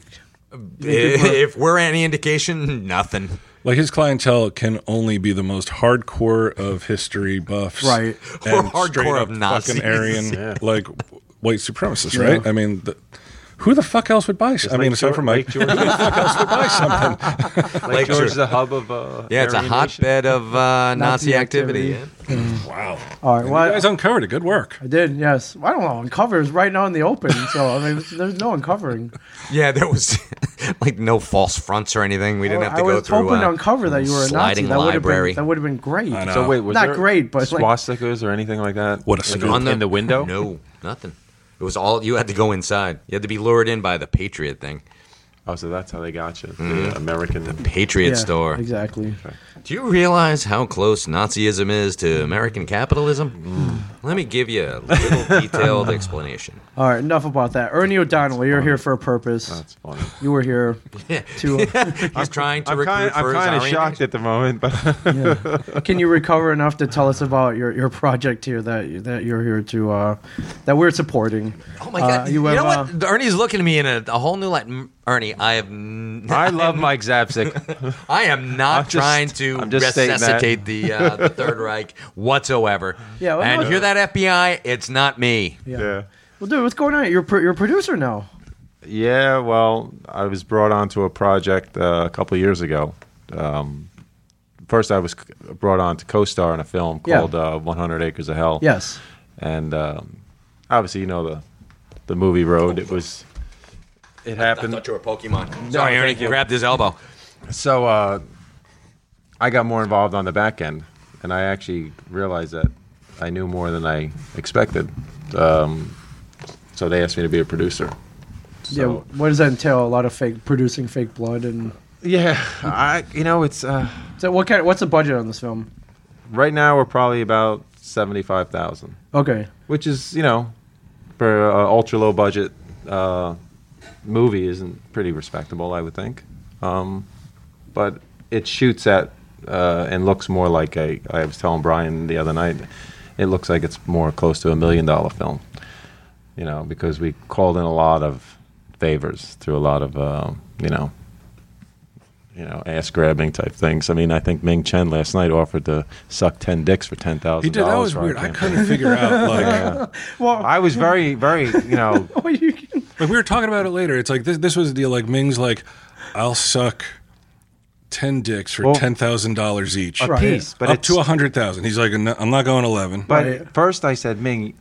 if we're any indication, nothing.
Like his clientele can only be the most hardcore of history buffs,
Right.
And
Or hardcore
straight up
of Nazis.
fucking Aryan, like white supremacists, right? I mean, the, who the fuck else would buy? I mean, aside from Mike,
George, Lake George is
Lake George.
the hub of. Uh,
Yeah, it's a
Aryan nation.
hotbed of uh, Nazi,
Nazi
activity.
activity.
yeah.
wow,
all right.
you
Well,
guys uncovered it. Good work.
I did, yes. I don't know. Uncover is right now in the open, so I mean, there's no uncovering.
Yeah, there was like no false fronts or anything. We didn't have to
I
go
was
through.
hoping
uh,
to uncover that you were a Nazi.
sliding
That would have
library.
been that would have been great.
I know.
So wait, was
Not
there
great, but, like-
swastikas or anything like that?
What a
Like,
scoop.
in, the, in the window?
No, nothing. It was all you had to go inside. You had to be lured in by the Patriot thing,
Oh, so that's how they got you. The American.
Patriot
Yeah,
store.
Exactly.
Do you realize how close Nazism is to American capitalism? Let me give you a little detailed explanation.
All right, enough about that. Ernie O'Donnell, you're here for a purpose. That's
funny.
You were here to. uh,
He's trying to
I'm
recruit
kind,
for his
of
RNA.
shocked at the moment, but
Can you recover enough to tell us about your, your project here that that you're here to uh, that we're supporting?
Oh my god!
Uh,
you,
have,
know
uh,
what? Ernie's looking at me in a, a whole new light. Mm, Ernie, I have. N- I love Mike Zapsik. I am not
just-
trying to
I'm just stating that.
resuscitate the, uh, the Third Reich whatsoever.
Yeah, well,
and
no,
hear that FBI? It's not me.
Yeah. Well, dude, what's going on? You're pro- you're a producer now.
Yeah, well, I was brought onto a project uh, a couple years ago. Um, first, I was c- brought on to co-star in a film
Yeah.
called uh, 100 Acres of Hell.
Yes.
and um, obviously, you know the the movie Road. It was It happened.
I thought you were Pokemon. Sorry, Ernie.
thank you.
Grabbed his elbow.
so uh, I got more involved on the back end, and I actually realized that I knew more than I expected. Um, so they asked me to be a producer.
yeah. What does that entail? A lot of fake producing fake blood and.
Yeah, I you know it's. Uh,
so what kind? what's the budget on this film?
Right now, we're probably about seventy-five thousand.
Okay.
which is you know for an ultra low budget uh, movie isn't pretty respectable i would think um, but it shoots at uh, and looks more like a, i was telling brian the other night it looks like it's more close to a million dollar film you know because we called in a lot of favors through a lot of uh, you know you know, ass grabbing type things. I mean, I think Ming Chen last night offered to suck ten dicks for ten thousand.
He did. That was weird. I couldn't figure out, like-
well,
I was very, very, you know,
Like we were talking about it later. It's like this. This was a deal. Like Ming's like, I'll suck ten dicks for
Well,
ten thousand dollars each,
a Right. piece, but
up
it's-
to a hundred thousand. He's like, "No, I'm not going eleven.
But at first I said, Ming,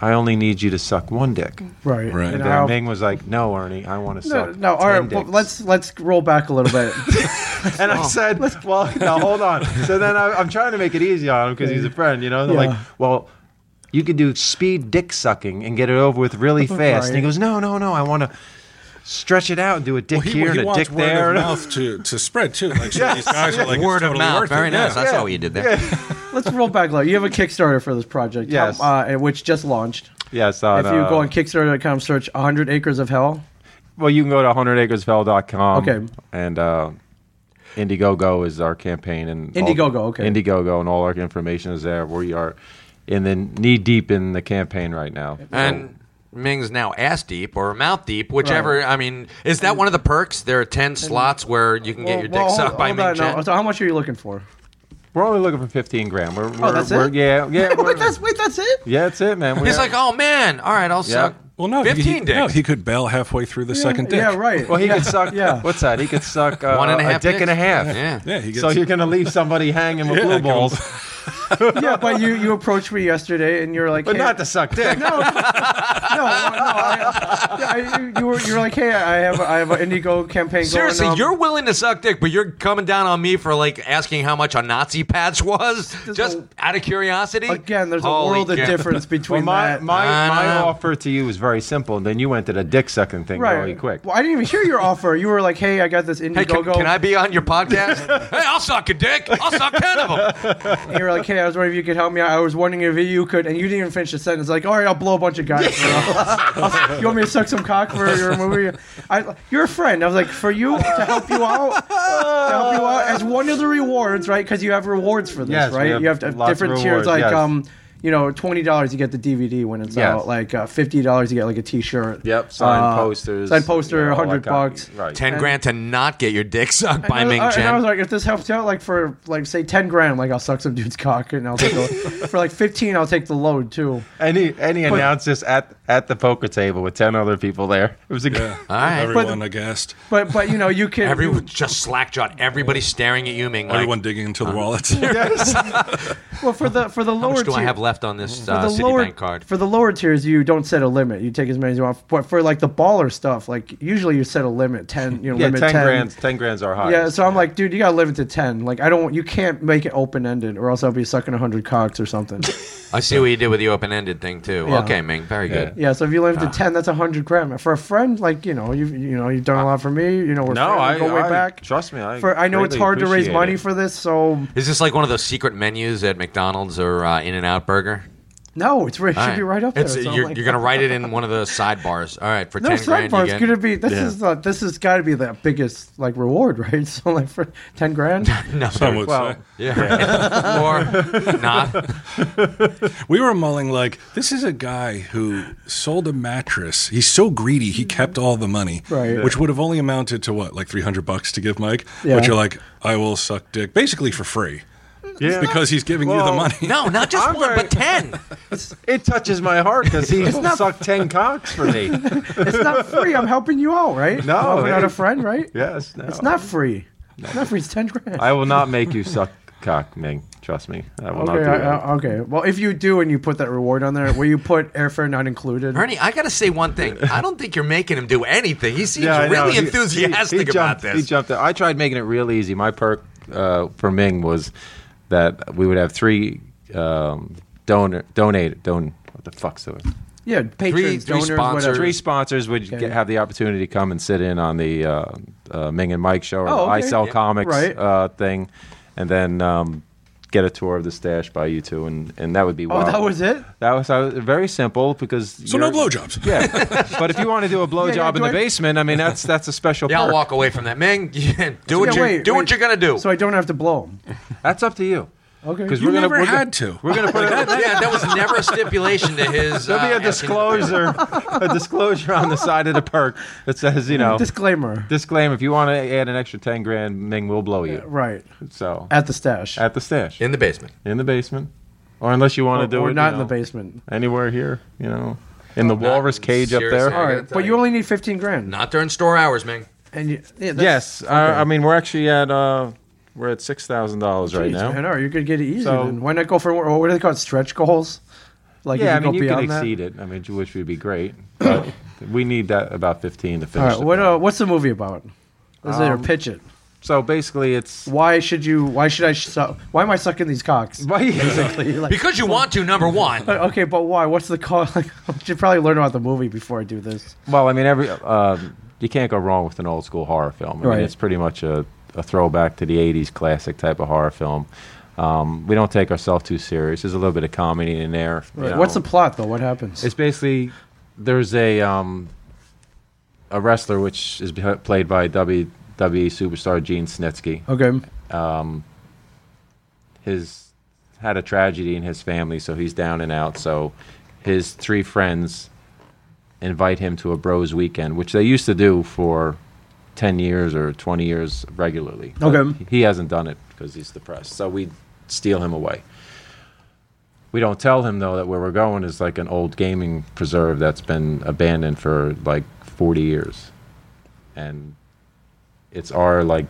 I only need you to suck one dick.
Right. Right.
And
And I'll-
then Ming was like, No, Ernie, I want to
No,
suck.
no. All
10
right. Well,
dicks."
let's let's roll back a little bit.
and I said, Well, now hold on. So then I, I'm trying to make it easy on him because he's a friend, you know. And I'm
Yeah.
Like, well. You could do speed dick sucking and get it over with really fast. And he
Right.
goes, No, no, no. I want to stretch it out and do a dick
Well, he,
here
he
and a
wants
dick
word
there.
of mouth to, to spread too. Like so
Yes.
these guys are like it's
Word of
totally
mouth.
worth it.
Ah, Very
Yeah.
nice. I saw what you did there.
Let's roll back a little. You have a Kickstarter for this project,
Yes.
um, uh, and which just launched.
Yes. On,
if you go
uh,
on Kickstarter.com, search "100 Acres of Hell."
Well, you can go to 100acresfell.com.
Okay.
And uh, Indiegogo is our campaign. and all-
Indiegogo, okay.
Indiegogo, and all our information is there. We are in the knee deep in the campaign right now.
And Ming's now ass deep or mouth deep, whichever. I mean, is that one of the perks? There are 10 slots where you can get your dick
Well, hold-
sucked by
Oh, hold
Ming
on, no.
Chen.
So, how much are you looking for?
We're only looking for 15 grand. We're, we're,
Oh, that's
we're,
it?
Yeah, yeah. we're-
wait, that's wait, that's it.
yeah, that's it, man.
He's
We're-
like, oh man, all right, I'll
Yeah.
suck
Well, no,
15
he,
dicks.
No, he could bail halfway through the second dick.
Well, he could suck. What's that? He could suck uh,
One and a half
dick and a
dicks.
half.
Yeah. Yeah, he
so
gets-
you're gonna leave somebody hanging with
Yeah,
blue
that goes-
balls.
yeah, but you you approached me yesterday, and you're like,
But
hey-
not to suck dick.
No, no, no. I, yeah, I, you- you were you were like, hey, I have I have an Indigo campaign.
Seriously,
going, um,
you're willing to suck dick, but you're coming down on me for like asking how much a Nazi patch was, just out of curiosity.
again. There's a
Holy
world of
cow.
difference between
well, my,
that.
My, my
Uh,
offer to you was very simple, and then you went to the dick sucking thing
right.
really quick.
Well, I didn't even hear your offer. You were like, hey, I got this Indiegogo.
Hey, can, can I be on your podcast? hey, I'll suck a dick. I'll suck ten of them.
And you were like, hey, I was wondering if you could help me out. I was wondering if you could. And you didn't even finish the sentence. Like, all right, I'll blow a bunch of guys. for all-" you want me to suck some cock for your movie? I, you're a friend. I was like, for you, to help you out, to help you out as one of the rewards, right? Because you have rewards for this,
Yes, we
right?
have
you have to have
lots of
different
rewards,
tiers. Like,
yes.
um, you know, twenty dollars you get the DVD when it's
Yes.
out. Like uh, fifty dollars you get like a T-shirt.
Yep, signed
Uh,
posters,
Signed poster,
yeah, all that
hundred
kind of-
bucks.
Ten
And-
grand to not get your dick sucked by
and I,
Ming
was- I- and I was
Chen.
like, if this helps out, like for like say ten grand, like I'll suck some dude's cock and I'll take the, for like fifteen, I'll take the load too.
And he, and he
But-
announced this at, at the poker table with 10 other people there. It was a
Yeah.
All right.
Everyone aghast.
But but you know you can
Everyone just slackjawed. Everybody staring at you, Ming. Like,
Everyone digging into the wallets.
Yes. well, for the for the
How
lower
much do I
tier-
have left on this
for
uh,
the lower
Citibank card?
for the lower tiers, you don't set a limit. You take as many as you want. But for like the baller stuff, like usually you set a limit ten. You know,
Yeah,
limit
10, grand's, 10 grand's our highest.
Yeah, so I'm like, dude, you gotta limit to ten. Like, I don't, you can't make it open ended, or else I'll be sucking hundred cocks or something.
I see what you did with the open-ended thing too.
Yeah.
Okay, Ming, very good.
Yeah, so if you limit
Ah.
to ten, that's hundred grand for a friend. Like you know, you you know, you've done a lot for me. You know, we're
no, I,
friends, we go way
I-
back.
Trust me. I,
For I know it's
greatly
hard to raise
appreciate
money
it.
for this, so
Is this like one of those secret menus at McDonald's or uh, In-N-Out Burger?
No, it's right. It should be right up there.
It's-
It's on
you're
like-
you're going to write it in one of the sidebars. All right, for
No,
10 grand you
sidebars
get.
gonna be. This is the, this has got to be the biggest like reward, right? So like for ten grand.
no,
Well,
or not.
We were mulling like this is a guy who sold a mattress. He's so greedy, he kept all the money,
Right.
Which would have only amounted to what, like three hundred bucks to give Mike.
Yeah.
But you're like, I will suck dick basically for free,
Yeah.
because he's giving you the
Well,
money.
No, not just one, but ten.
It touches my heart because he
It's not-
sucked ten cocks for me.
it's not free. I'm helping you out, right?
No,
I'm helping out
it-
a friend, right?
yes, no.
It's not free. It's not free. It's ten grand.
I will not make you suck cock, Ming. Trust me, I will
Okay,
not do
I-
that.
I- okay. Well, if you do and you put that reward on there, will you put airfare not included?
Ernie, I got to say one thing. I don't think you're making him do anything. He seems
I know.
really
He- he-
enthusiastic
he
about
jumped- He
this.
jumped. Out. I tried making it real easy. My perk uh, for Ming was that we would have three um, donor donate don what the fuck's the word?
Yeah, patrons, donors, whatever.
Three sponsors would
Okay.
get, have the opportunity to come and sit in on the uh, uh, Ming and Mike show or
Oh,
the I
okay.
Sell
Yeah.
Comics
Right.
uh, thing, and then um, get a tour of the stash by you two, and, and that would be.
Oh,
wild.
that was it.
That was uh, very simple because
So
you're-
no blowjobs.
Yeah, but if you want to do a blowjob
yeah,
in
do
the
I-
basement, I mean that's that's a special.
Yeah, I'll
perk.
walk away from that. Ming, do what
Yeah,
you
wait,
do
wait.
what you're going to do.
So I don't have to blow them.
That's up to you.
Okay.
Because
You
we're gonna,
never
we're gonna-
had to.
We're gonna put it.
yeah, that was never a stipulation to his.
There'll be
uh,
a
asking-
disclosure, a disclosure on the side of the perk that says, you know,
Disclaimer.
disclaimer. If you want to add an extra ten grand, Ming will blow you.
Right
So
at the stash.
at the stash
In the basement.
in the basement, or unless you want
Or-
to do
or
it,
not
you
in
know,
the basement.
anywhere here, you know, in the walrus cage up
seriously,
there.
I
All
gotta
right,
tell
but you only need fifteen grand.
Not during store hours, Ming.
And you, yeah, that's,
Yes, I, I mean we're actually at uh, we're at six thousand dollars right
Jeez,
now.
Man, all right, you could get it easy.
So-
then. Why not go for what what do they call it? Stretch goals. Like
yeah, I
you
mean
could
you
go
can
beyond
exceed it. I mean, which would be great. But we need that about fifteen to
that.
finish.
All right,
the
what
project.
uh, what's the movie about? Is
Um,
it or pitch it?
so basically, it's
Why should you? Why should I? Su- why am I sucking these cocks? Basically, like,
Because you want to, number one.
uh, okay, but why? What's the call? Like, I should probably learn about the movie before I do this.
Well, I mean, every um you can't go wrong with an old school horror film. I
Right.
mean, it's pretty much a, a throwback to the '80s classic type of horror film. Um, we don't take ourselves too serious. There's a little bit of comedy in there. you know.
What's the plot though? What happens?
It's basically there's a um, a wrestler which is beh- played by WWE superstar Gene Snitsky.
okay,
His had a tragedy in his family, so he's down and out. So his three friends invite him to a bros weekend, which they used to do for ten years or twenty years regularly. But
Okay.
he hasn't done it because he's depressed. So we steal him away. We don't tell him though that where we're going is like an old gaming preserve that's been abandoned for like 40 years, and it's our like,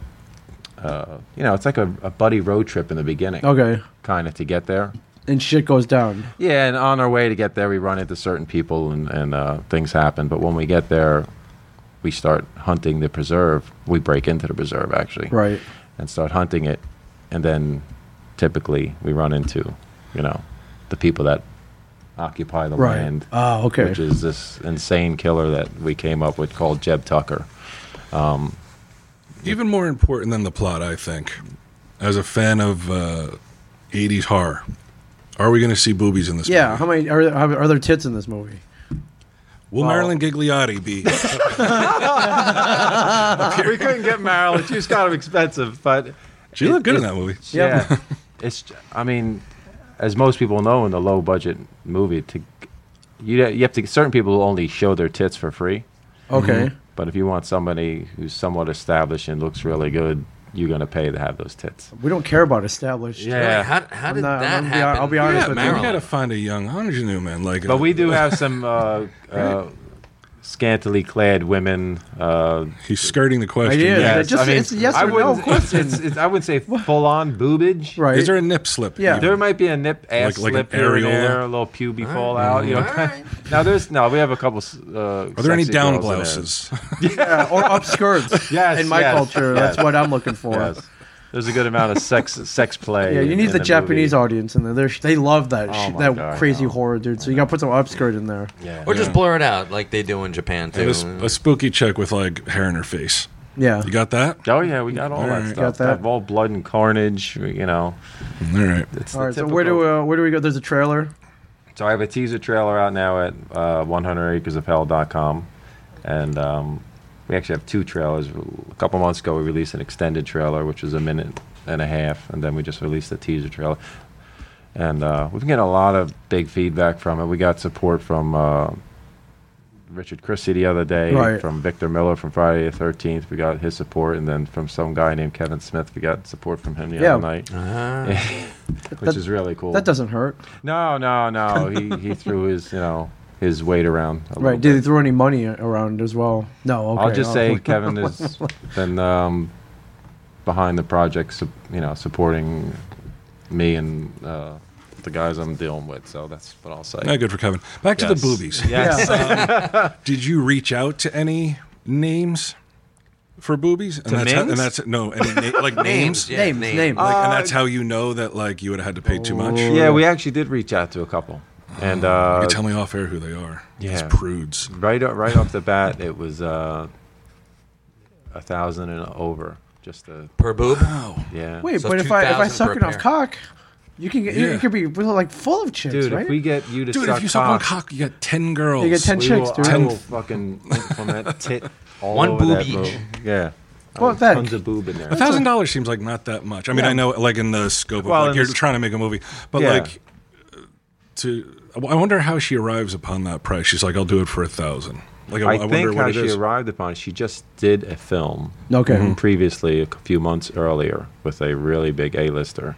uh, you know, it's like a, a buddy road trip in the beginning,
okay,
kind of to get there.
and shit goes down.
Yeah, and on our way to get there, we run into certain people and, and uh, things happen. But when we get there, we start hunting the preserve. We break into the preserve actually,
Right.
and start hunting it, and then typically we run into, you know, the people that occupy the
Right.
land.
Ah, okay.
Which is this insane killer that we came up with called Jeb Tucker.
Even more important than the plot, I think, as a fan of uh, 80s horror, are we going to see boobies in this
Yeah.
movie?
How many are, are are there tits in this movie?
Will Marilyn Gigliotti be?
we couldn't get Marilyn; she's kind of expensive, but
she looked good in that movie.
Yeah.
Yeah, it's. I mean, as most people know, in the low budget movie, to you you have to certain people will only show their tits for free.
Okay.
But if you want somebody who's somewhat established and looks really good, you're gonna pay to have those tits.
We don't care about established.
Yeah.
How, how did
not-
that
I'm gonna be-
happen?
I'll be honest
Yeah,
with you.
You
Marilyn.
got to find a young ingenue, man. Like,
But
uh,
we do have some uh, uh, scantily clad women. Uh,
he's skirting the question.
It is.
Yeah.
It's just- it's a yes or no
wouldn't- it's-
question.
It's, it's, I would say full on boobage.
Right.
Is there a nip slip?
Yeah.
There might be a nip ass
like an
slip here and
areola?
there, a little pubic fallout. You know, now there's no. We have a couple. s- Uh,
Are there any down blouses?
Yeah, or upskirts.
Yes,
In my
yes,
culture, that's
yes.
what I'm looking for.
Yes. There's a good amount of sex sex play.
Yeah, you
in-
need
in
the, Japanese
movie.
audience in there. They're, they love that
Oh
sh-
my
that
God,
crazy
no.
horror, dude. So you got to put some upskirt in there.
Yeah.
Or just blur it out like they do in Japan
And
too.
a, s- a spooky chick with like hair in her face.
Yeah.
You got that?
Oh yeah, we got all that
Alright.
stuff.
Got that.
all blood and carnage. You know,
All right.
it's
All right.
the
So where do
typical-
uh, where do we go? There's a trailer.
So I have a teaser trailer out now at uh, 100acresofhell.com, and um, we actually have two trailers. A couple months ago, we released an extended trailer, which is a minute and a half, and then we just released a teaser trailer. And uh, we've been getting a lot of big feedback from it. We got support from uh, Richard Christie the other day,
Right.
from Victor Miller from Friday the 13th. We got his support, and then from some guy named Kevin Smith, we got support from him the
Yeah.
other night,
Uh,
Ah.
which
That-
is really cool.
That doesn't hurt.
No, no, no. he he threw his you know his weight around. A
Right.
right.
Did they throw any money around as well? No. Okay.
I'll just
oh.
say Kevin has been um, behind the project, su- you know, supporting me and uh, the guys I'm dealing with. So that's what I'll say.
Not good for Kevin. Back to the
Yes.
boobies.
Yes.
Um, did you reach out to any names for boobies? And
To
that's how,
mings?
and that's no, any na- like
Names,
names,
yeah, Names, names. names.
Like, and
Uh, Oh,
that's how you know that like you would have had to pay too much.
Yeah, we actually did reach out to a couple, and uh,
you can tell me off air who they are. It's prudes.
Right, o- right off the bat, it was uh, a thousand and over, just a
per boob.
Wow.
Yeah.
Wait, but if I if I suck enough cock, you can get
Yeah.
you could be really, like full of chicks,
Dude, if
right?
we get you to
Dude,
suck
if you suck one
cock-
cock, you get ten girls.
You get 10
we
chicks,
will,
dude.
I
10
will fucking implement tit all
One
over
boob
that
each.
room. Yeah. I
Well,
want
that-
tons of boob in there.
A thousand dollars seems like not that much. I mean,
Yeah.
I know, like in the scope of
Well,
like
in
you're
the-
trying to make a movie, but
Yeah.
like to, I wonder how she arrives upon that price. She's like, I'll do it for a thousand. Like, I, I,
I,
wonder
think
what
how
it
she
is.
arrived upon it, she just did a film
Okay.
Mhm.
Mm-hmm. previously a c- few months earlier with a really big A-lister,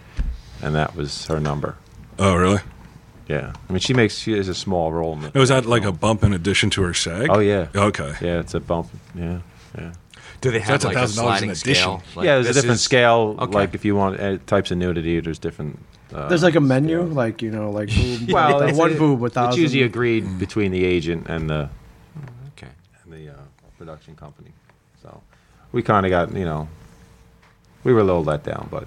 and that was her number.
Oh, really?
Yeah. I mean, she makes she is a small role. In the
Now, is that like a bump in addition to her sag?
Oh yeah.
Oh. Okay.
Yeah, it's a bump. Yeah. Yeah.
Do they So have, that's like, a $1,000 in sliding addition? scale? Like,
yeah, there's a
this
different
is-
scale.
Okay.
Like if you want uh, types of nudity, there's different. Uh,
There's like a menu, like you know, like boob,
well,
like,
it's
one
a-
boob with
It's
thousand.
usually agreed between the agent and the
okay
and the uh, production company. So we kind of got you know we were a little let down, but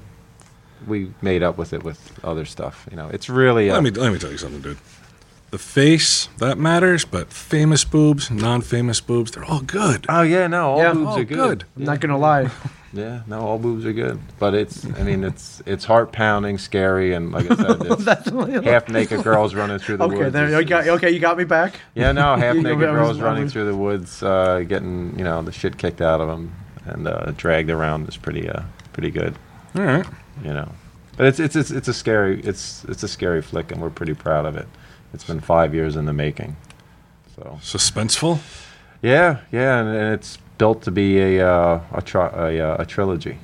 we made up with it with other stuff. You know, it's really. Uh,
Let me let me tell you something, dude. The face that matters, but famous boobs, non-famous boobs, they're all good.
Oh yeah, no, all boobs
all
are good.
I'm not gonna lie.
Yeah, no, all boobs are good, but it's I mean it's it's heart pounding, scary, and like I said, it's half naked girls running through the
okay,
woods.
there
It's-
you got. Okay, you got me back.
Yeah, no, half
You-
naked
I was-
girls
I
running
was-
through the woods, uh, getting you know the shit kicked out of them and uh, dragged around is pretty uh, pretty good.
All right.
You know, but it's, it's it's it's a scary it's it's a scary flick, and we're pretty proud of it. It's been five years in the making, so
suspenseful.
Yeah, yeah, and, and it's built to be a uh, a, tri- a, uh, a trilogy.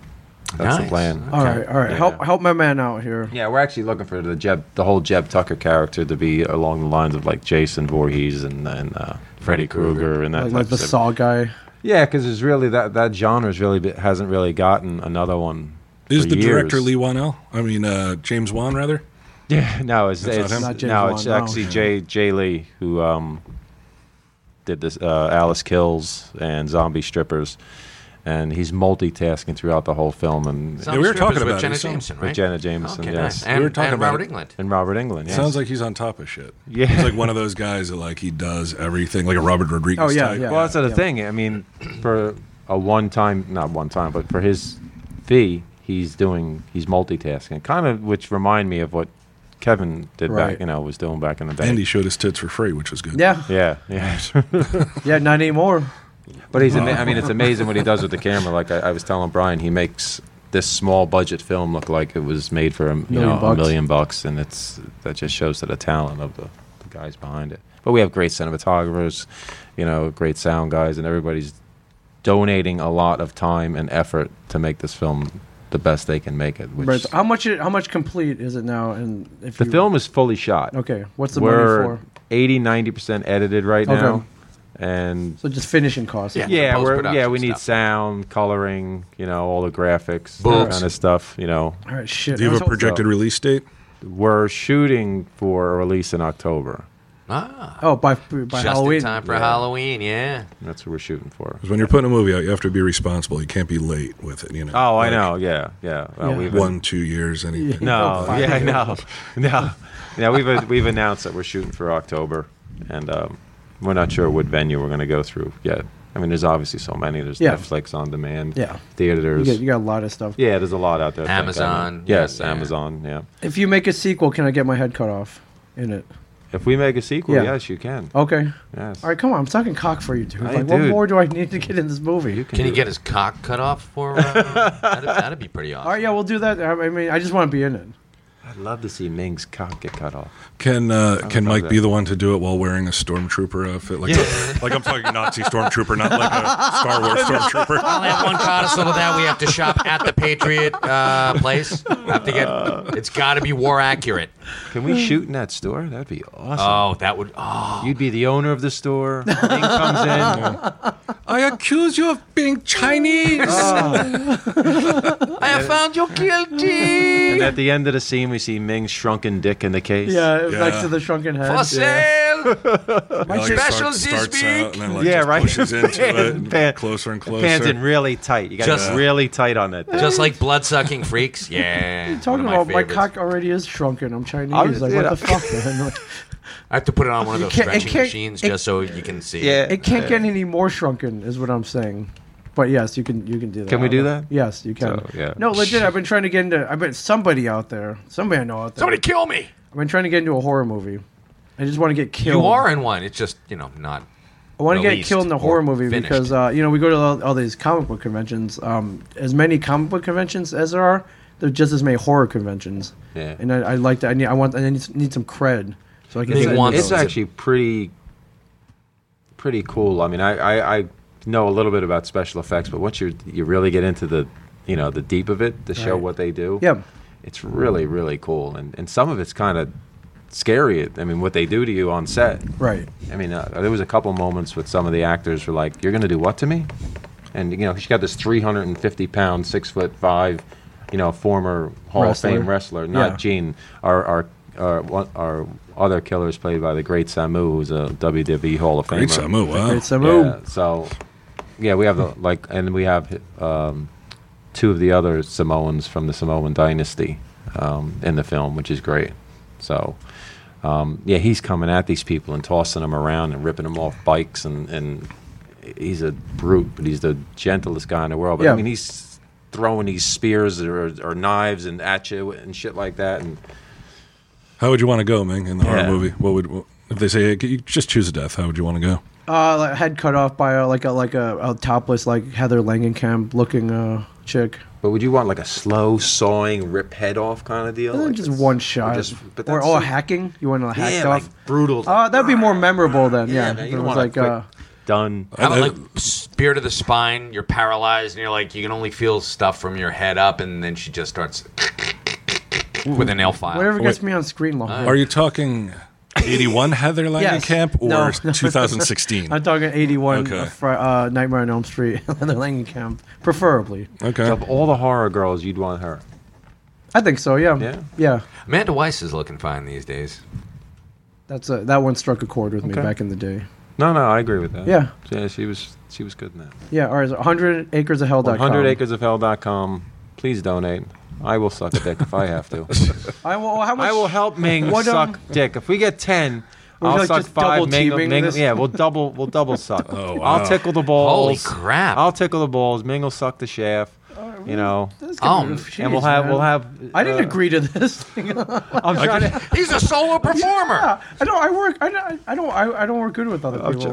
That's the
Nice.
plan.
All right, all right.
Yeah.
Help, help my man out here.
Yeah, we're actually looking for the Jeb, the whole Jeb Tucker character to be along the lines of like Jason Voorhees and and uh, Freddy Krueger and that.
Like,
type
like the
of-
Saw guy.
Yeah, because it's really that that genre's really be- hasn't really gotten another one.
Is
for
the director
years.
Lee Wanell? I mean, uh, James Wan, rather.
Yeah, no, it's,
That's not
it's,
him? Not James
no,
Wan,
it's
no.
actually Jay Jay Lee who um, did this uh, Alice Kills and Zombie Strippers, and he's multitasking throughout the whole film. And
Zombie Yeah, we were Strippers talking with about it. Jenna It's- Jameson,
With
right?
Jenna Jameson,
Okay,
yes.
nice. And- We were talking and about Robert it. Englund.
and Robert England. Yes.
Sounds like he's on top of shit.
Yeah.
he's like one of those guys that like he does everything, like a Robert
Oh,
Rodriguez. type.
Well, that's the thing. I mean, for a one time, not one time, but for his fee, he's doing, he's multitasking, kind of, which remind me of what Kevin did
Right.
back, you know, was doing back in the day.
And he showed his tits for free, which was good.
Yeah.
Yeah, yeah.
Yeah, not anymore.
But he's, ama- I mean, it's amazing what he does with the camera. Like I, I was telling Brian, he makes this small budget film look like it was made for a, you
Million
know, a
bucks.
million bucks, and it's that just shows that the talent of the, the guys behind it. But we have great cinematographers, you know, great sound guys, and everybody's donating a lot of time and effort to make this film the best they can make it. Which
Right, so How much? How much complete is it now? And if
the
you,
film is fully shot.
Okay, what's the money
We're
for?
80 90 percent edited right
Okay.
now, and
So just finishing costs.
yeah, we're, yeah, we need sound, coloring, you know, all the graphics, that
Boobs.
kind of stuff, you know.
All right, shit. Do you have a projected
release date?
We're shooting for a release in October.
Ah,
Oh, by by
just
Halloween.
in time for Halloween. Yeah.
That's what we're shooting for.
'Cause when you're putting a movie out, you have to be responsible. You can't be late with it. You know.
Oh, I
Like,
know. Yeah, yeah. Well,
Yeah.
we've been-
One, two years,
Oh,
anything.
No,
Five
yeah,
years.
no, no, no. We've uh, we've announced that we're shooting for October, and um, we're not sure what venue we're going to go through yet. I mean, there's obviously so many. There's
Yeah.
Netflix on demand.
Yeah. You
Theaters.
got, you got a lot of stuff.
yeah, there's a lot out there. I think. I mean,
Amazon,
yes,
yeah.
Amazon. Yeah.
If you make a sequel, can I get my head cut off in it?
If we make a sequel,
Yeah.
yes, you can.
Okay.
Yes.
All right, come on. I'm sucking cock for you, dude.
Hey,
like, what
dude.
more do I need to get in this movie?
Can, you get his cock cut off for? Uh, that'd, that'd be pretty awesome.
All right, yeah, we'll do that. I I mean, I just want to be in it.
I'd love to see Ming's cock get cut off.
Can uh, can
about
Mike
that.
be the one to do it while wearing a stormtrooper outfit? Like,
Yeah.
like I'm talking Nazi stormtrooper, not like a Star Wars stormtrooper.
I only have one codicil of that. We have to shop at the Patriot uh, place. We have to get. It's got to be war accurate.
Can
Hmm.
we shoot in that store? That'd be
Oh,
awesome.
that would. Oh,
You'd be the owner of the store. Ming comes in.
I accuse you of being Chinese.
I have found you guilty.
And at the end of the scene, we see Ming's shrunken dick in the case.
Yeah, next to the shrunken head.
For sale.
My
specials this
Out
week.
and then, like,
Yeah,
just
right.
Pushes into it, and
Pan-
closer and closer.
Pans in really tight. You got
Oh, Just-
just really tight on that. Thing.
Just like blood sucking freaks. Yeah. one
Talking
of my
about my
favorites.
cock already is shrunken. I'm Chinese.
I'm-
like,
yeah.
what the fuck, man? Like,
I have to put it on one of
You
those
can't- it
stretching
can't-
machines
it-
just so you can see.
Yeah.
It can't get any more shrunken, is what I'm saying. But yes, you can. You can do that.
Can we do that?
Yes, you can.
So, yeah.
No, legit. I've been trying to get into. I bet somebody out there, somebody I know out there.
Somebody kill me.
I've been trying to get into a horror movie. I just want to get killed.
You are in one. It's just you know not.
I want to get
released
killed in a
or
horror movie
finished.
because uh, you know we go to all, all these comic book conventions. Um, as many comic book conventions as there are, there's just as many horror conventions.
Yeah.
And I, I like that. I need. I want. I need, need some cred. So I can.
Big
sit in
wants
it's
those.
actually pretty, pretty cool. I mean, I, I, I know a little bit about special effects, but once you you really get into the you know the deep of it to show
Right.
what they do,
Yeah.
it's really really cool. And and some of it's kind of scary. I mean, what they do to you on set.
Right.
I mean, uh, there was a couple moments with some of the actors were like, "You're going to do what to me?" And you know, she got this 350 pound, six foot five, you know, former Hall of Fame
Wrestler.
wrestler, not
Yeah.
Gene, our our our, one- our other killer is played by the great Samu, who's a WWE Hall of
Great
Famer.
Samu, wow.
It's a move.
Yeah, so, yeah, we have the like, and we have um, two of the other Samoans from the Samoan dynasty um, in the film, which is great. So, um, yeah, he's coming at these people and tossing them around and ripping them off bikes, and, and he's a brute, but he's the gentlest guy in the world. But
Yeah.
I mean, he's throwing these spears or, or knives and at you and shit like that, and
How would you want to go, Ming, in the horror
Yeah.
movie? What would what, if they say hey, you just choose a death? How would you want to go?
Uh, like, head cut off by a, like a like a, a topless like Heather Langenkamp looking uh chick.
But would you want like a slow sawing, rip head off kind of deal?
And then
Oh, Like
just
it's-
one
or
shot,
just- but
or
that's
all
so-
hacking. You want to hack
yeah,
off?
like brutal.
uh, that'd be more memorable then. Yeah,
man,
if
you
it
don't
was
want
like
like,
uh,
done.
How about like spear to the spine? You're paralyzed, and you're like you can only feel stuff from your head up, and then she just starts with a nail
Ah,
file.
whatever gets
Wait.
me on screen
Uh.
longer.
Are you talking 81 Heather
Yes.
Langenkamp
No.
or 2016?
I'm talking 81
Okay.
uh, Fri- uh, Nightmare on Elm Street, Heather Langenkamp, preferably.
okay.
Of all the horror girls, you'd want her.
I think so. Yeah.
Yeah?
Amanda Weiss is looking fine these days.
That's a, that one struck a chord with me
Okay.
back in the day.
No, no, I agree with that.
Yeah.
yeah, she was she was good in that.
Yeah. All right. So 100 acres of hell. dot com.
100 acres of hell.com. Please donate. I will suck a dick if I have to.
I will. How much?
I will help Ming
What, um,
suck dick. If we get 10,
Would you
I'll
like
suck
just double
five. Ming,
teaming
Ming,
this?
yeah, we'll double we'll double suck.
Oh, wow.
I'll tickle the balls.
Holy crap.
I'll tickle the balls. Ming will suck the shaft. You know,
That's gonna be-
Um,
jeez,
and we'll have
man.
we'll have.
I didn't
uh,
agree to this.
I'm trying to.
He's a solo performer.
Yeah, I don't. I work. I don't. I don't. I, I don't work good with other people.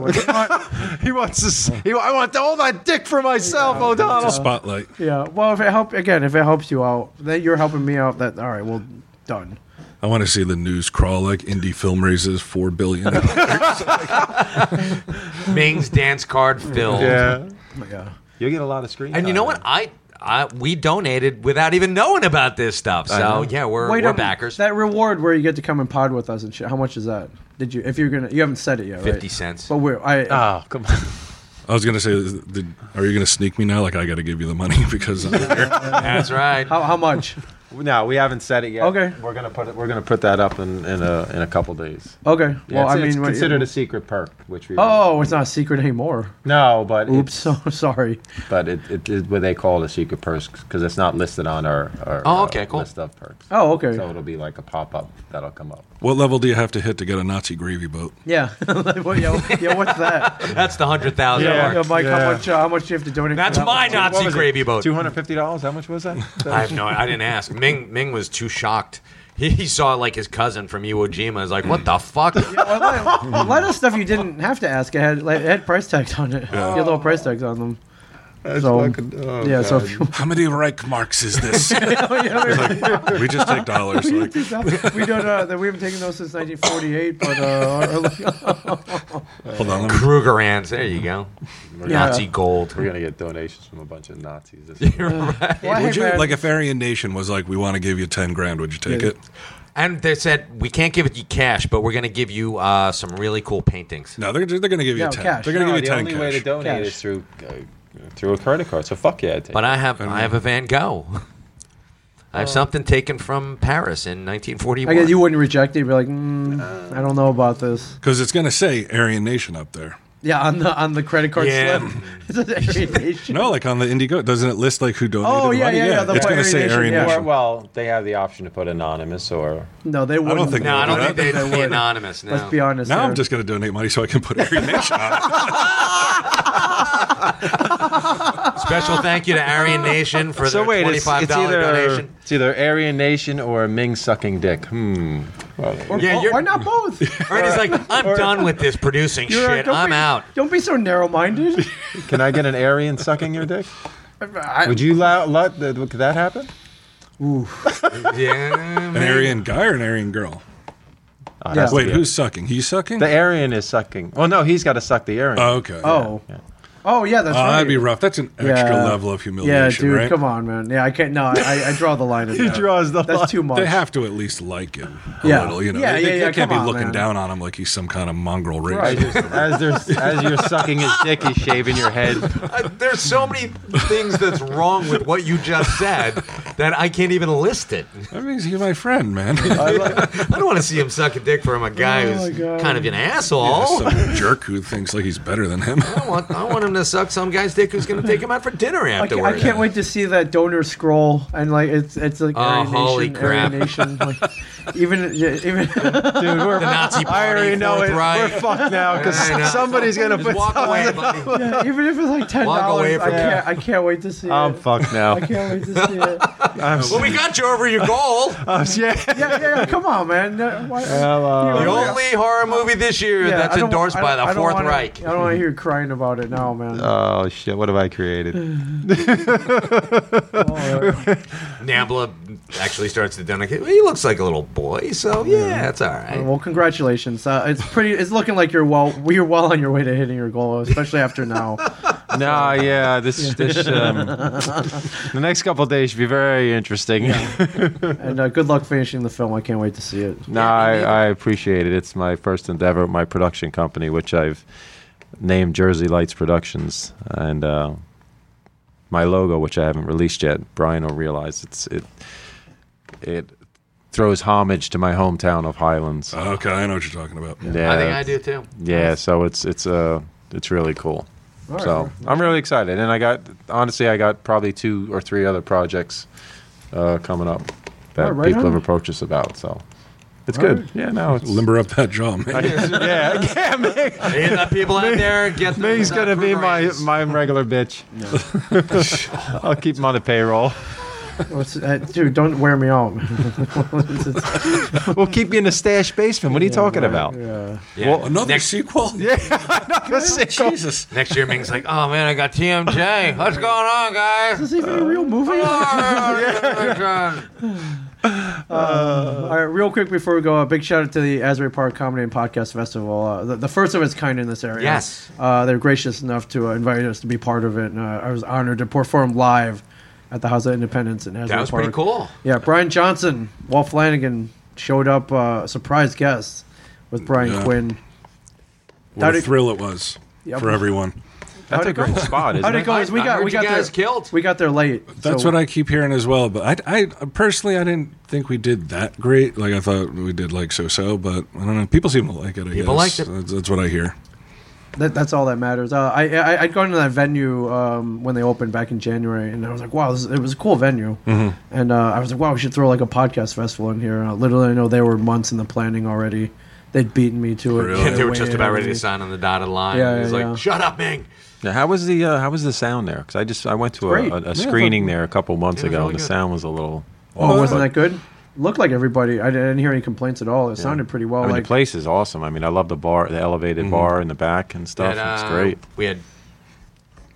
Like,
He wants this. He, I want all that dick for myself,
It's a
O'Donnell.
spotlight.
yeah. Well, if it help again, if it helps you out, then you're helping me out. That all right. Well, done.
I want to see the news crawl like indie film raises four billion.
Ming's dance card filled.
Yeah.
you'll get a lot of screen.
And you
time.
know what? I, I we donated without even knowing about this stuff. So
know.
yeah, we're,
Wait
we're
um,
backers.
That reward where you get to come and pod with us and shit. How much is that? Did you? If you're gonna, you haven't said it yet, right?
50 cents.
But we're. I.
Oh, come on.
I was gonna say, did, are you gonna sneak me now? Like I got to give you the money because I'm here.
That's right.
how, how much?
No, we haven't said it yet.
Okay.
we're gonna put it. We're gonna put that up in in a in a couple days.
Okay.
Yeah,
well,
it's,
I mean,
it's
what-
considered a secret perk, which we
Oh, it's not a secret anymore.
no, but
Oops.
it's,
So sorry.
but it, it is what they call it a secret perk because it's not listed on our, our
Oh,
uh,
okay, cool.
list of perks.
Oh, okay.
So it'll be like a pop up that'll come up.
what level do you have to hit to get a Nazi gravy boat?
Yeah. Like, what- yeah. what- yeah. What's that?
That's the hundred thousand
Yeah.
Yeah,
mark.
Mike. How
Yeah.
much? Uh, how much do you have to donate? for
That's
that one?
my Nazi gravy boat.
Two hundred fifty dollars. How much was that?
I have no. I didn't ask. Ming Ming was too shocked. He, he saw like his cousin from Iwo Jima. Is like, what the fuck?
A lot of stuff you didn't have to ask. It had like it had price tags on it.
Yeah.
You had little price tags on them.
That's
so,
fucking- oh,
yeah, so
God.
if you,
how many Reichmarks is this?
yeah, right.
Like, we just take dollars.
we,
like-
just take dollars. We don't. Uh, that we haven't taken those since 1948. But uh,
Hold on, let me-
Krugerrands. There you go.
Yeah.
Nazi gold.
We're gonna get donations from a bunch of Nazis.
Why,
would you
man?
like if Aryan Nation was like, we want to give you ten grand? Would you take it?
And they said we can't give it you cash, but we're gonna give you uh, some really cool paintings.
No, they're they're gonna give
you No, 10. cash. They're gonna
No,
give you
the
10
only way to
cash.
donate
Cash.
is through uh, through a credit card. So fuck yeah, I take.
But
it.
I have I have a Van Gogh. I have something taken from Paris in 1941.
Oh. I guess you wouldn't reject it. You'd be like, mm, I don't know about this.
Because it's gonna say Aryan Nation up there.
Yeah, on the on the credit card
Yeah.
slip. It says Aryan Nation.
No, like on the Indiegogo, doesn't it list like who donated
Oh,
the
yeah,
money?
yeah, yeah, the
it's gonna
Aryan
say
Nation,
Aryan
yeah.
Nation.
well, they have the option to put anonymous or.
No, they wouldn't.
I don't think.
No, I don't think they'd be
would.
anonymous, no.
Let's be honest
Now
here.
I'm just gonna donate money so I can put Aryan Nation on.
Special thank you to Aryan Nation for
So
their
wait, it's,
$25
it's either
donation.
it's either Aryan Nation or Ming sucking dick. Hmm. Well,
Yeah,
Oh, Why-
you're-
why not both?
Ernie's like, I'm done with this producing
You're right,
shit.
don't
I'm
be-
out.
Don't be so narrow-minded.
Can I get an Aryan sucking your dick?
I-
Would you allow, let that- could that happen?
Yeah.
An Aryan guy or an Aryan girl?
it has to
Wait,
be
who's sucking? He's sucking.
The Aryan is sucking. Oh no, he's got to suck the Aryan.
Uh.
Oh, okay.
Oh. Oh yeah, that's
Oh,
right.
that'd be rough. That's an extra
Yeah.
level of
Yeah,
humiliation,
dude,
right?
come on, man. Yeah, I can't. No, I, I draw the line. At
He
that.
draws the
That's
line.
too much.
They have to at least like him a
Yeah.
little, you know.
Yeah,
they,
yeah,
they- they
yeah,
can't be
come on,
looking
man.
down on him like he's some kind of mongrel race.
As you're, as, they're- as you're sucking his dick, he's shaving your head.
Uh, There's so many things that's wrong with what you just said that I can't even list it.
That means he's my friend, man.
I don't want to see him suck a dick from a guy
Oh, my
who's
God.
kind of an
Yeah,
asshole.
some jerk who thinks like he's better than him.
I want, I want him to suck some guy's dick who's going to take him out for dinner
I, ca- I
afterwards.
can't wait to see that donor scroll and like it's it's like
Oh,
Aryan
holy
Nation, Aryan
crap.
Nation, like, even yeah, even
Dude, we're,
The Nazi
I
party,
already know it.
forthright.
We're fucked now because
I know.
somebody's gonna
Just
put
walk away,
something
buddy.
up.
yeah, even if it's like ten
Walk away
dollars, I
from it.
can't I can't wait to see
I'm
it.
fucked now.
I can't wait to see it.
I'm,
Well, we got you over your goal.
Uh,
I'm- yeah.
Yeah, yeah, yeah come on, man. No, why-
uh,
The
Yeah,
only horror movie this year
yeah,
that's
I don't-
endorsed
I
by
don't- I
the
don't
Fourth
wanna-
Reich. Uh,
I don't want to hear you crying about it now, man.
Oh shit! What have I created?
Nambla actually starts to dedicate. Well, he looks like a little boy, so yeah, that's all right.
Well, congratulations. Uh, it's pretty. It's looking like you're well. You're well on your way to hitting your goal, especially after now.
No, yeah. This this um, the next couple of days should be very interesting.
And uh, good luck finishing the film. I can't wait to see it.
No, I, I appreciate it. It's my first endeavor at my production company, which I've named Jersey Lights Productions, and uh, my logo, which I haven't released yet. Brian will realize it's it it throws homage to my hometown of Highlands.
okay, I know what you're talking about.
yeah,
I Oh, think I do too.
yeah. So it's it's uh it's really cool. So I'm really excited, and I got honestly I got probably two or three other projects uh, coming up that
Oh, right
people
on.
have approached us about. So it's
All
good.
right.
Yeah, no, it's
Limber up that jaw, man.
yeah, yeah, Meg,
Hey, the people out there, get the
Meg's
uh,
gonna be my
programs.
my regular bitch. I'll keep him on the payroll.
What's, uh, dude, don't wear me out. It's- it's-
We'll keep you in the stash basement. What are you talking about?
yeah.
Yeah.
Well,
Another
Next-
sequel?
Oh,
Jesus.
Next year, Ming's like, oh man, I got TMJ. What's going on, guys?
Is this even a real movie?
Ah!
All right, real quick before we go, a big shout out to the Asbury Park Comedy and Podcast Festival, uh, the, the first of its kind in this area.
Yes.
uh, they're gracious enough to uh, invite us to be part of it, and uh, I was honored to perform live at the House of Independence in Asbury
That was
Park.
pretty cool.
Yeah, Brian Johnson, Walt Flanagan showed up, uh, surprise guest with Brian
Yeah.
Quinn.
What a
How'd it-
thrill it was
Yep.
for everyone.
that's
How'd
a
it go?
great spot,
How'd
isn't
it
it?
go? Is we
I
got
heard
we
you
got
guys
there
killed.
We got there late.
That's what I keep hearing as well. But I, I personally, I didn't think we did that great. Like I thought we did like so-so, but I don't know. People seem to like it. I
People
guess.
liked it.
That's, that's what I hear.
That, that's all that matters. Uh, I, I I'd gone to that venue um, when they opened back in January, and I was like, wow, this, it was a cool venue.
Mm-hmm.
And uh, I was like, wow, we should throw like a podcast festival in here. Uh, literally, I know they were months in the planning already. They'd beaten me to it.
Really?
they were
way
just about
ahead of
ready
me.
to sign on the dotted line.
Yeah,
He's
yeah,
like,
yeah.
shut up, Ming.
Now, how was the uh, how was the sound there? Because I just I went to a,
Great.
a,
Yeah,
a screening there a couple months
Yeah, it was
ago,
really
and the
good.
sound was a little.
Oh, wasn't that good? looked like everybody. I didn't hear any complaints at all. It sounded pretty well.
I mean,
like
the place is awesome. I mean, I love the bar, the elevated bar in the back and stuff.
That,
it's
uh,
great.
We had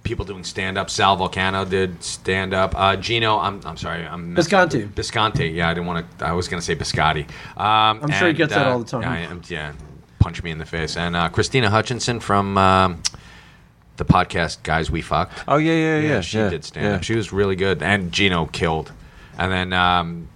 people doing stand up. Sal Volcano did stand up. Uh, Gino, I'm, I'm sorry, I'm
Bisconti.
Bisconti. Yeah, I didn't want to. I was going to say Biscotti. Um,
I'm sure he gets that all the time.
Yeah, I am- yeah, punch me in the face. And uh, Christina Hutchinson from um, the podcast Guys We Fucked.
Oh yeah, yeah, yeah.
she
yeah,
did stand
yeah.
up. She was really good. And Gino killed. And then um,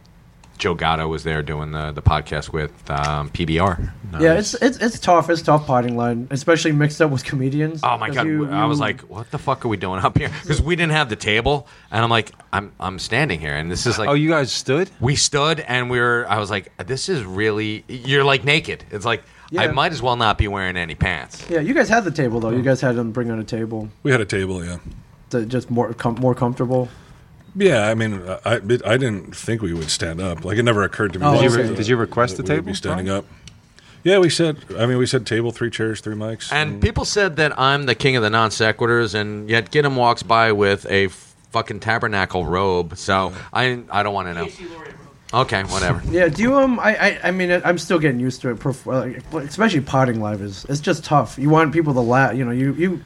Joe Gatto was there doing the the podcast with um, PBR.
Yeah, it's, it's it's tough. It's tough potting line, especially mixed up with comedians.
Oh my
'Cause
god!
you-
I was
you-
like, "What the fuck are we doing up here?" Because we didn't have the table, and I'm like, "I'm I'm standing here," and this is like,
oh, you guys stood?
We stood, and we were. I was like, "This is really." You're like naked. It's like I
Yeah.
might as well not be wearing any pants.
yeah, you guys had the table
Mm-hmm.
though. You guys had them bring on a table.
We had a table, yeah.
To just more com- more comfortable.
Yeah, I mean, I- I it- I didn't think we would stand up. Like it never occurred to me.
Oh,
that-
Did you re-
that-
did you request
that
a
we would
table,
Be standing up. Yeah, we said. I mean, we said table, three chairs, three mics.
Mm.
And people said that I'm the king of the non sequiturs, and yet Ginnam walks by with a fucking tabernacle robe. So I I don't want to know. Okay, whatever.
Yeah, do you um? I I, I mean, I'm still getting used to it. perf- like, Especially potting live is it's just tough. You want people to laugh. You know, you you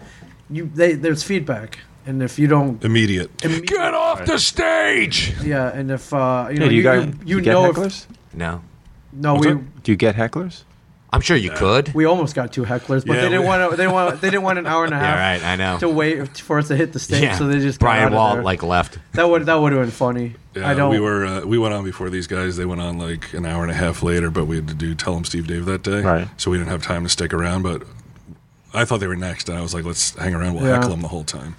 you they there's feedback, and if you don't
immediate.
Get off the stage.
Yeah, and if uh, you
Yeah,
know,
do you
you,
guys-
you,
do
you
you get
know
hecklers?
if
No.
no,
What's
we
that? do you get hecklers?
I'm sure you could.
we almost got two hecklers, but
Yeah,
they didn't
we-
want to. They want they didn't want an hour and a half.
Yeah, right, I know.
To wait for us to hit the stage,
Yeah,
so they just got
Brian
out of
Walt,
there.
like, left.
That would that would have been funny.
Yeah,
I don't.
We were uh, we went on before these guys. They went on like an hour and a half later, but we had to do tell them Steve Dave that day,
Right.
So we didn't have time to stick around. But I thought they were next, and I was like, let's hang around. We'll
Yeah.
heckle them the whole time.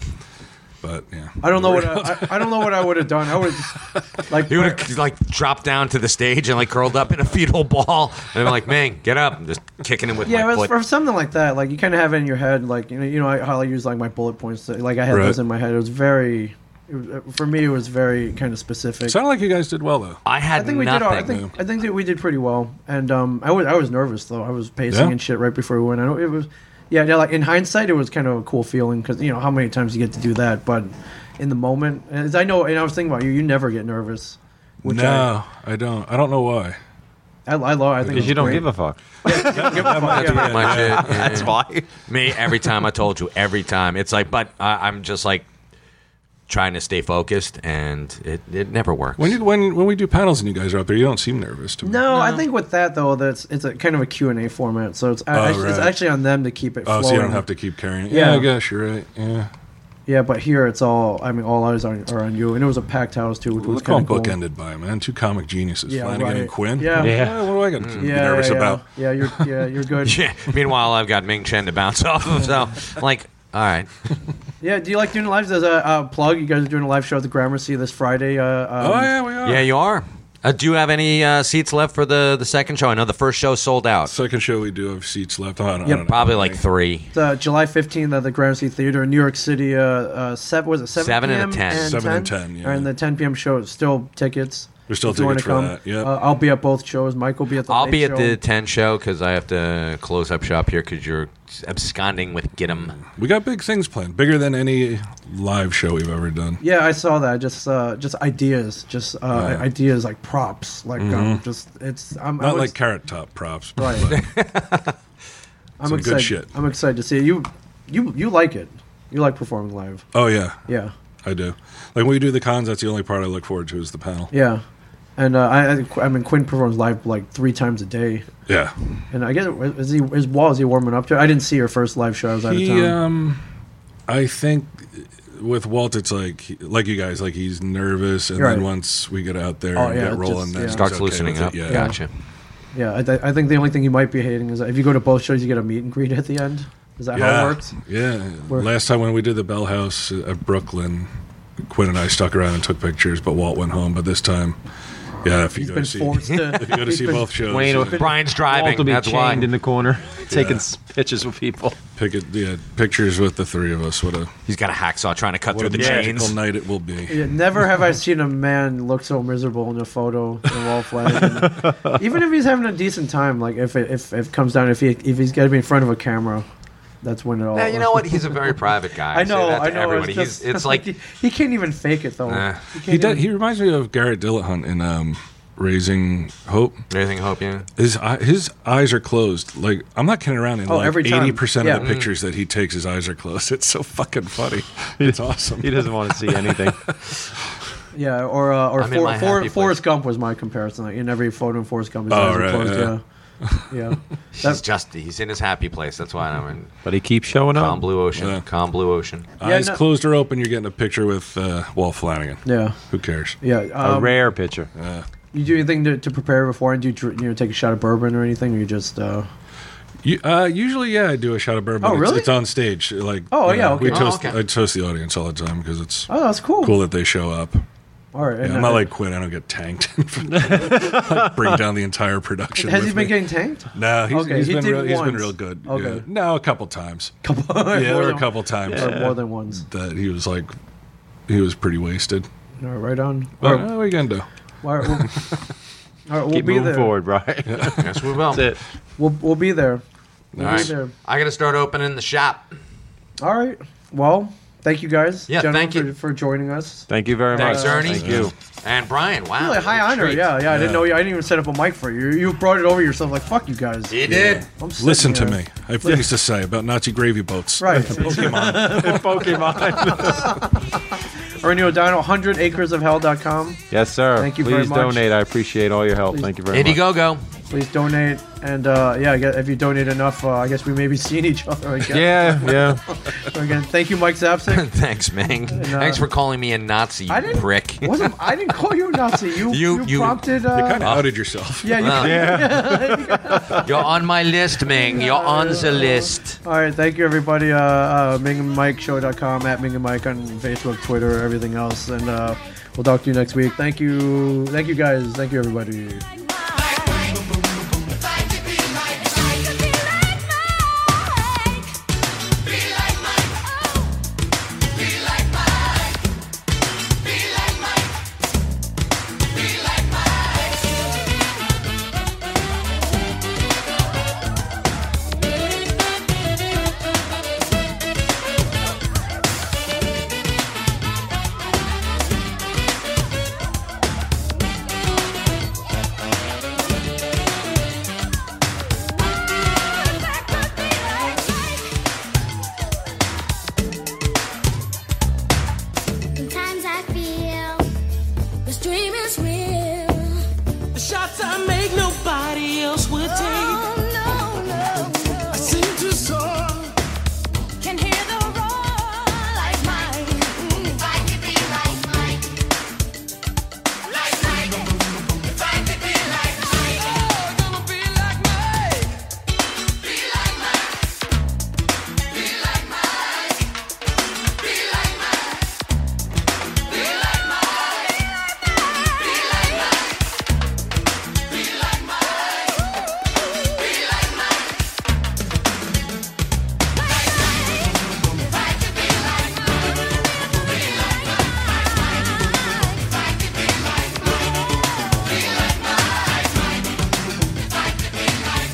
But yeah,
I don't know what I, I, I don't know what I would have done. I would just like
He would have like dropped down to the stage and like curled up in a fetal ball, and I'm like, "Man, get up!" I'm just kicking him with
yeah, but
my foot.
for something like that, like you kind of have it in your head, like you know, you know, I, how I use like my bullet points. that- Like I had
Right.
those in my head. It was very, it was- uh, for me, it was very kind of specific.
sounded like you guys did well though.
I had
I think we did. all- I think I think that we did pretty well, and um, I was I was nervous though. I was pacing
Yeah?
and shit right before we went. I know it was, yeah, yeah. Like in hindsight, it was kind of a cool feeling because you know how many times you get to do that, but in the moment, as I know, and I was thinking about you, you never get nervous. Which
no, I, don't. I don't know why.
I, I, I love. I think
Because you don't give a fuck.
That's
Yeah.
pretty much it.
That's
why. Me, every time I told you, every time it's like, but I I'm just like trying to stay focused, and it, it never works.
When you when when we do panels and you guys are out there, you don't seem nervous to me.
No, I think with that though, that's it's a kind of a Q and A format, so it's act- it's
right.
actually on them to keep it.
Oh,
flowing.
so you don't have to keep carrying. it. Yeah,
Yeah.
I guess you're right. Yeah,
Yeah, but here it's all. I mean, all eyes are, are on you, and it was a packed house too, which was
look
kind
how
of cool.
bookended by man. Two comic geniuses,
Yeah,
Flanagan and
right.
Quinn.
Yeah. Yeah.
What do I got to be
Yeah,
nervous
yeah, yeah.
about?
Yeah, you're yeah you're good.
yeah. Meanwhile, I've got Ming Chen to bounce off of, so like, all right.
Yeah, do you like doing lives as a uh, plug? You guys are doing a live show at the Gramercy this Friday. Uh, um,
"Oh, we
Yeah, you are. Uh, do you have any uh, seats left for the the second show? I know the first show sold out.
Second show we do have seats left. Oh, I don't, I
Yep.
don't know.
Probably like three.
It's, uh, July 15th at the Gramercy Theater in New York City. Uh, uh, seven, was it 7
Seven and a
p.m.
ten.
Seven and ten, yeah.
And the 10 p.m. show is still tickets.
There's still
if you wanna
tickets for
come.
that, yep.
Uh, I'll be at both shows. Mike will be at the
I'll
late
be at
show.
the ten show because I have to close up shop here because you're absconding with Gidim.
We got big things planned, bigger than any live show we've ever done.
Yeah, I saw that. Just uh, just ideas. Just uh,
Yeah.
ideas like props. Like um,
Mhm.
just it's. I'm, I
Not
was-
like carrot top props.
Right. I'm
Some
excited.
good shit.
I'm excited to see it. you. You you like it. You like performing live.
Oh yeah,
Yeah.
I do. Like when we do the cons, that's the only part I look forward to is the panel.
Yeah, and uh, I I- I mean Quinn performs live like three times a day.
Yeah.
And I guess is he is Wall is he warming up to? it? I didn't see her first live show. I was out of
He,
town.
um, I think with Walt, it's like he- like you guys, like he's nervous, and
Right.
then once we get out there
Oh,
and
yeah,
get
it
rolling,
just-
then
yeah.
he's
Starts
okay
loosening
with it.
up.
Yeah.
Gotcha.
yeah, I, th- I think the only thing he might be hating is that if you go to both shows, you get a meet and greet at the end. Is that
yeah.
how it works?
Yeah.
Where-
Last time when we did the Bell House uh, at Brooklyn, Quinn and I stuck around and took pictures, but Walt went home. But this time, yeah, if you
He's
go
been
to see,
forced to-
if you go to
he's
see
been-
both shows,
Wayne,
uh,
Brian's driving.
Walt will be
that's
chained
why.
in the corner, taking
Yeah.
s- pictures with people.
pick it, yeah, pictures with the three of us. What a
He's got a hacksaw trying to cut
what
through
a
the
magical
chains.
night it will be.
Yeah, never have I seen a man look so miserable in a photo than Walt Flanagan. Even if he's having a decent time, like if it, if, if it comes down, if he if he's got to be in front of a camera, that's when it all.
Now, you know what? He's a very private guy.
I know,
Say that to
I know.
Everybody.
It's, just,
He's, it's like uh,
he, he can't even fake it though.
Nah.
He can't
He, does,
even-
he reminds me of Garrett Dillahunt in um, Raising Hope.
Raising Hope, yeah.
His eye- his eyes are closed. Like I'm not kidding around. In
Oh,
like
every time.
eighty percent of
Yeah.
the
Mm.
pictures that he takes, his eyes are closed. It's so fucking funny. It's awesome.
he doesn't want to see anything.
Yeah, or uh, or
I'm in
for,
my
for,
happy
Forrest Gump was my comparison. Like in every photo in Forrest Gump, his
Oh,
eyes
right,
are closed.
yeah.
Yeah, yeah.
He's just he's in his happy place. That's why I'm in.
But he keeps
Oh.
showing
Calm blue ocean.
Yeah.
Calm blue ocean.
Eyes closed or open, you're getting a picture with uh, Walt Flanagan.
Yeah.
Who cares?
Yeah, A um, rare
picture.
Yeah.
You do anything to, to prepare before? Do you dr- you know take a shot of bourbon or anything? Or you just uh,
You, uh, usually, yeah, I do a shot of bourbon.
Oh,
It's-
really?
It's, on stage. Like,
Oh,
you
yeah, okay.
We
Oh,
toast.
okay.
I toast the audience all the time because it's
Oh, that's cool.
Cool that they show up.
all right.
Yeah,
and,
I'm
uh,
not like Quinn. I don't get tanked. Bring down the entire production.
Has he
with
been
me.
getting tanked?
No, he's,
Okay,
he's
he
been
did
real, he's been
once.
real good.
Okay.
Yeah. No, a couple times.
Couple-
yeah, there
More
were a
than-
couple times.
Or more than once.
That he was like, he was pretty wasted.
All right, right on.
But uh,
Or-
what are we gonna do?
All right, we'll, all right, we'll
Keep
be
moving
there.
forward,
right? Yes, we will. That's it.
We'll we'll be there.
All
We'll be
right.
there.
I got to start opening the shop.
All right. Well, thank you guys.
Yeah,
gentlemen,
thank you.
for, for joining us.
Thank you very
Thanks,
much.
Ernie.
Thank you.
And Brian, wow.
Really high honor.
treat.
Yeah, yeah, I didn't know you. I didn't even set up a mic for you. You brought it over yourself. Like fuck you guys.
He did.
I'm sitting
Listen to
here.
me. I have things to say about Nazi gravy boats.
Right.
Pokemon.
Pokemon. Ernie O'Donnell, 100acresofhell.com.
Yes, sir.
Thank you
Please
very much.
donate. I appreciate all your help.
Please.
Thank you very much.
go.
Please donate. And uh, yeah, I guess if you donate enough, uh, I guess we may be seeing each other again.
Yeah, yeah.
again, thank you, Mike Zapsik.
Thanks, man.
uh,
Thanks for calling me a Nazi,
I didn't-
prick.
Wasn't I didn't call you a Nazi. You
You-
you,
you-
prompted.
You
Uh,
kinda outed
yourself.
Yeah, you,
Uh, You're on my list, Ming. You're on the list.
All right, thank you everybody. Uh, uh, MingandMikeShow.com at Ming and Mike on Facebook, Twitter, everything else, and uh, we'll talk to you next week. Thank you, thank you guys, thank you everybody.
Sometimes I feel this dream is real. The shots I make, nobody else would take. Oh, no, no, no. I seem to soar. Can hear the roar like mine. Mm. If I could be like mine. Like Mike. If I could be like Mike. Oh, gonna be like Mike. Be like Mike. Be like Mike. Be like Mike.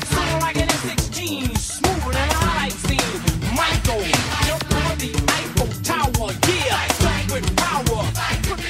Sound like an S16, smooth and I like scene. Michael, jump on the Eiffel Tower, yeah, back with power. Put me E,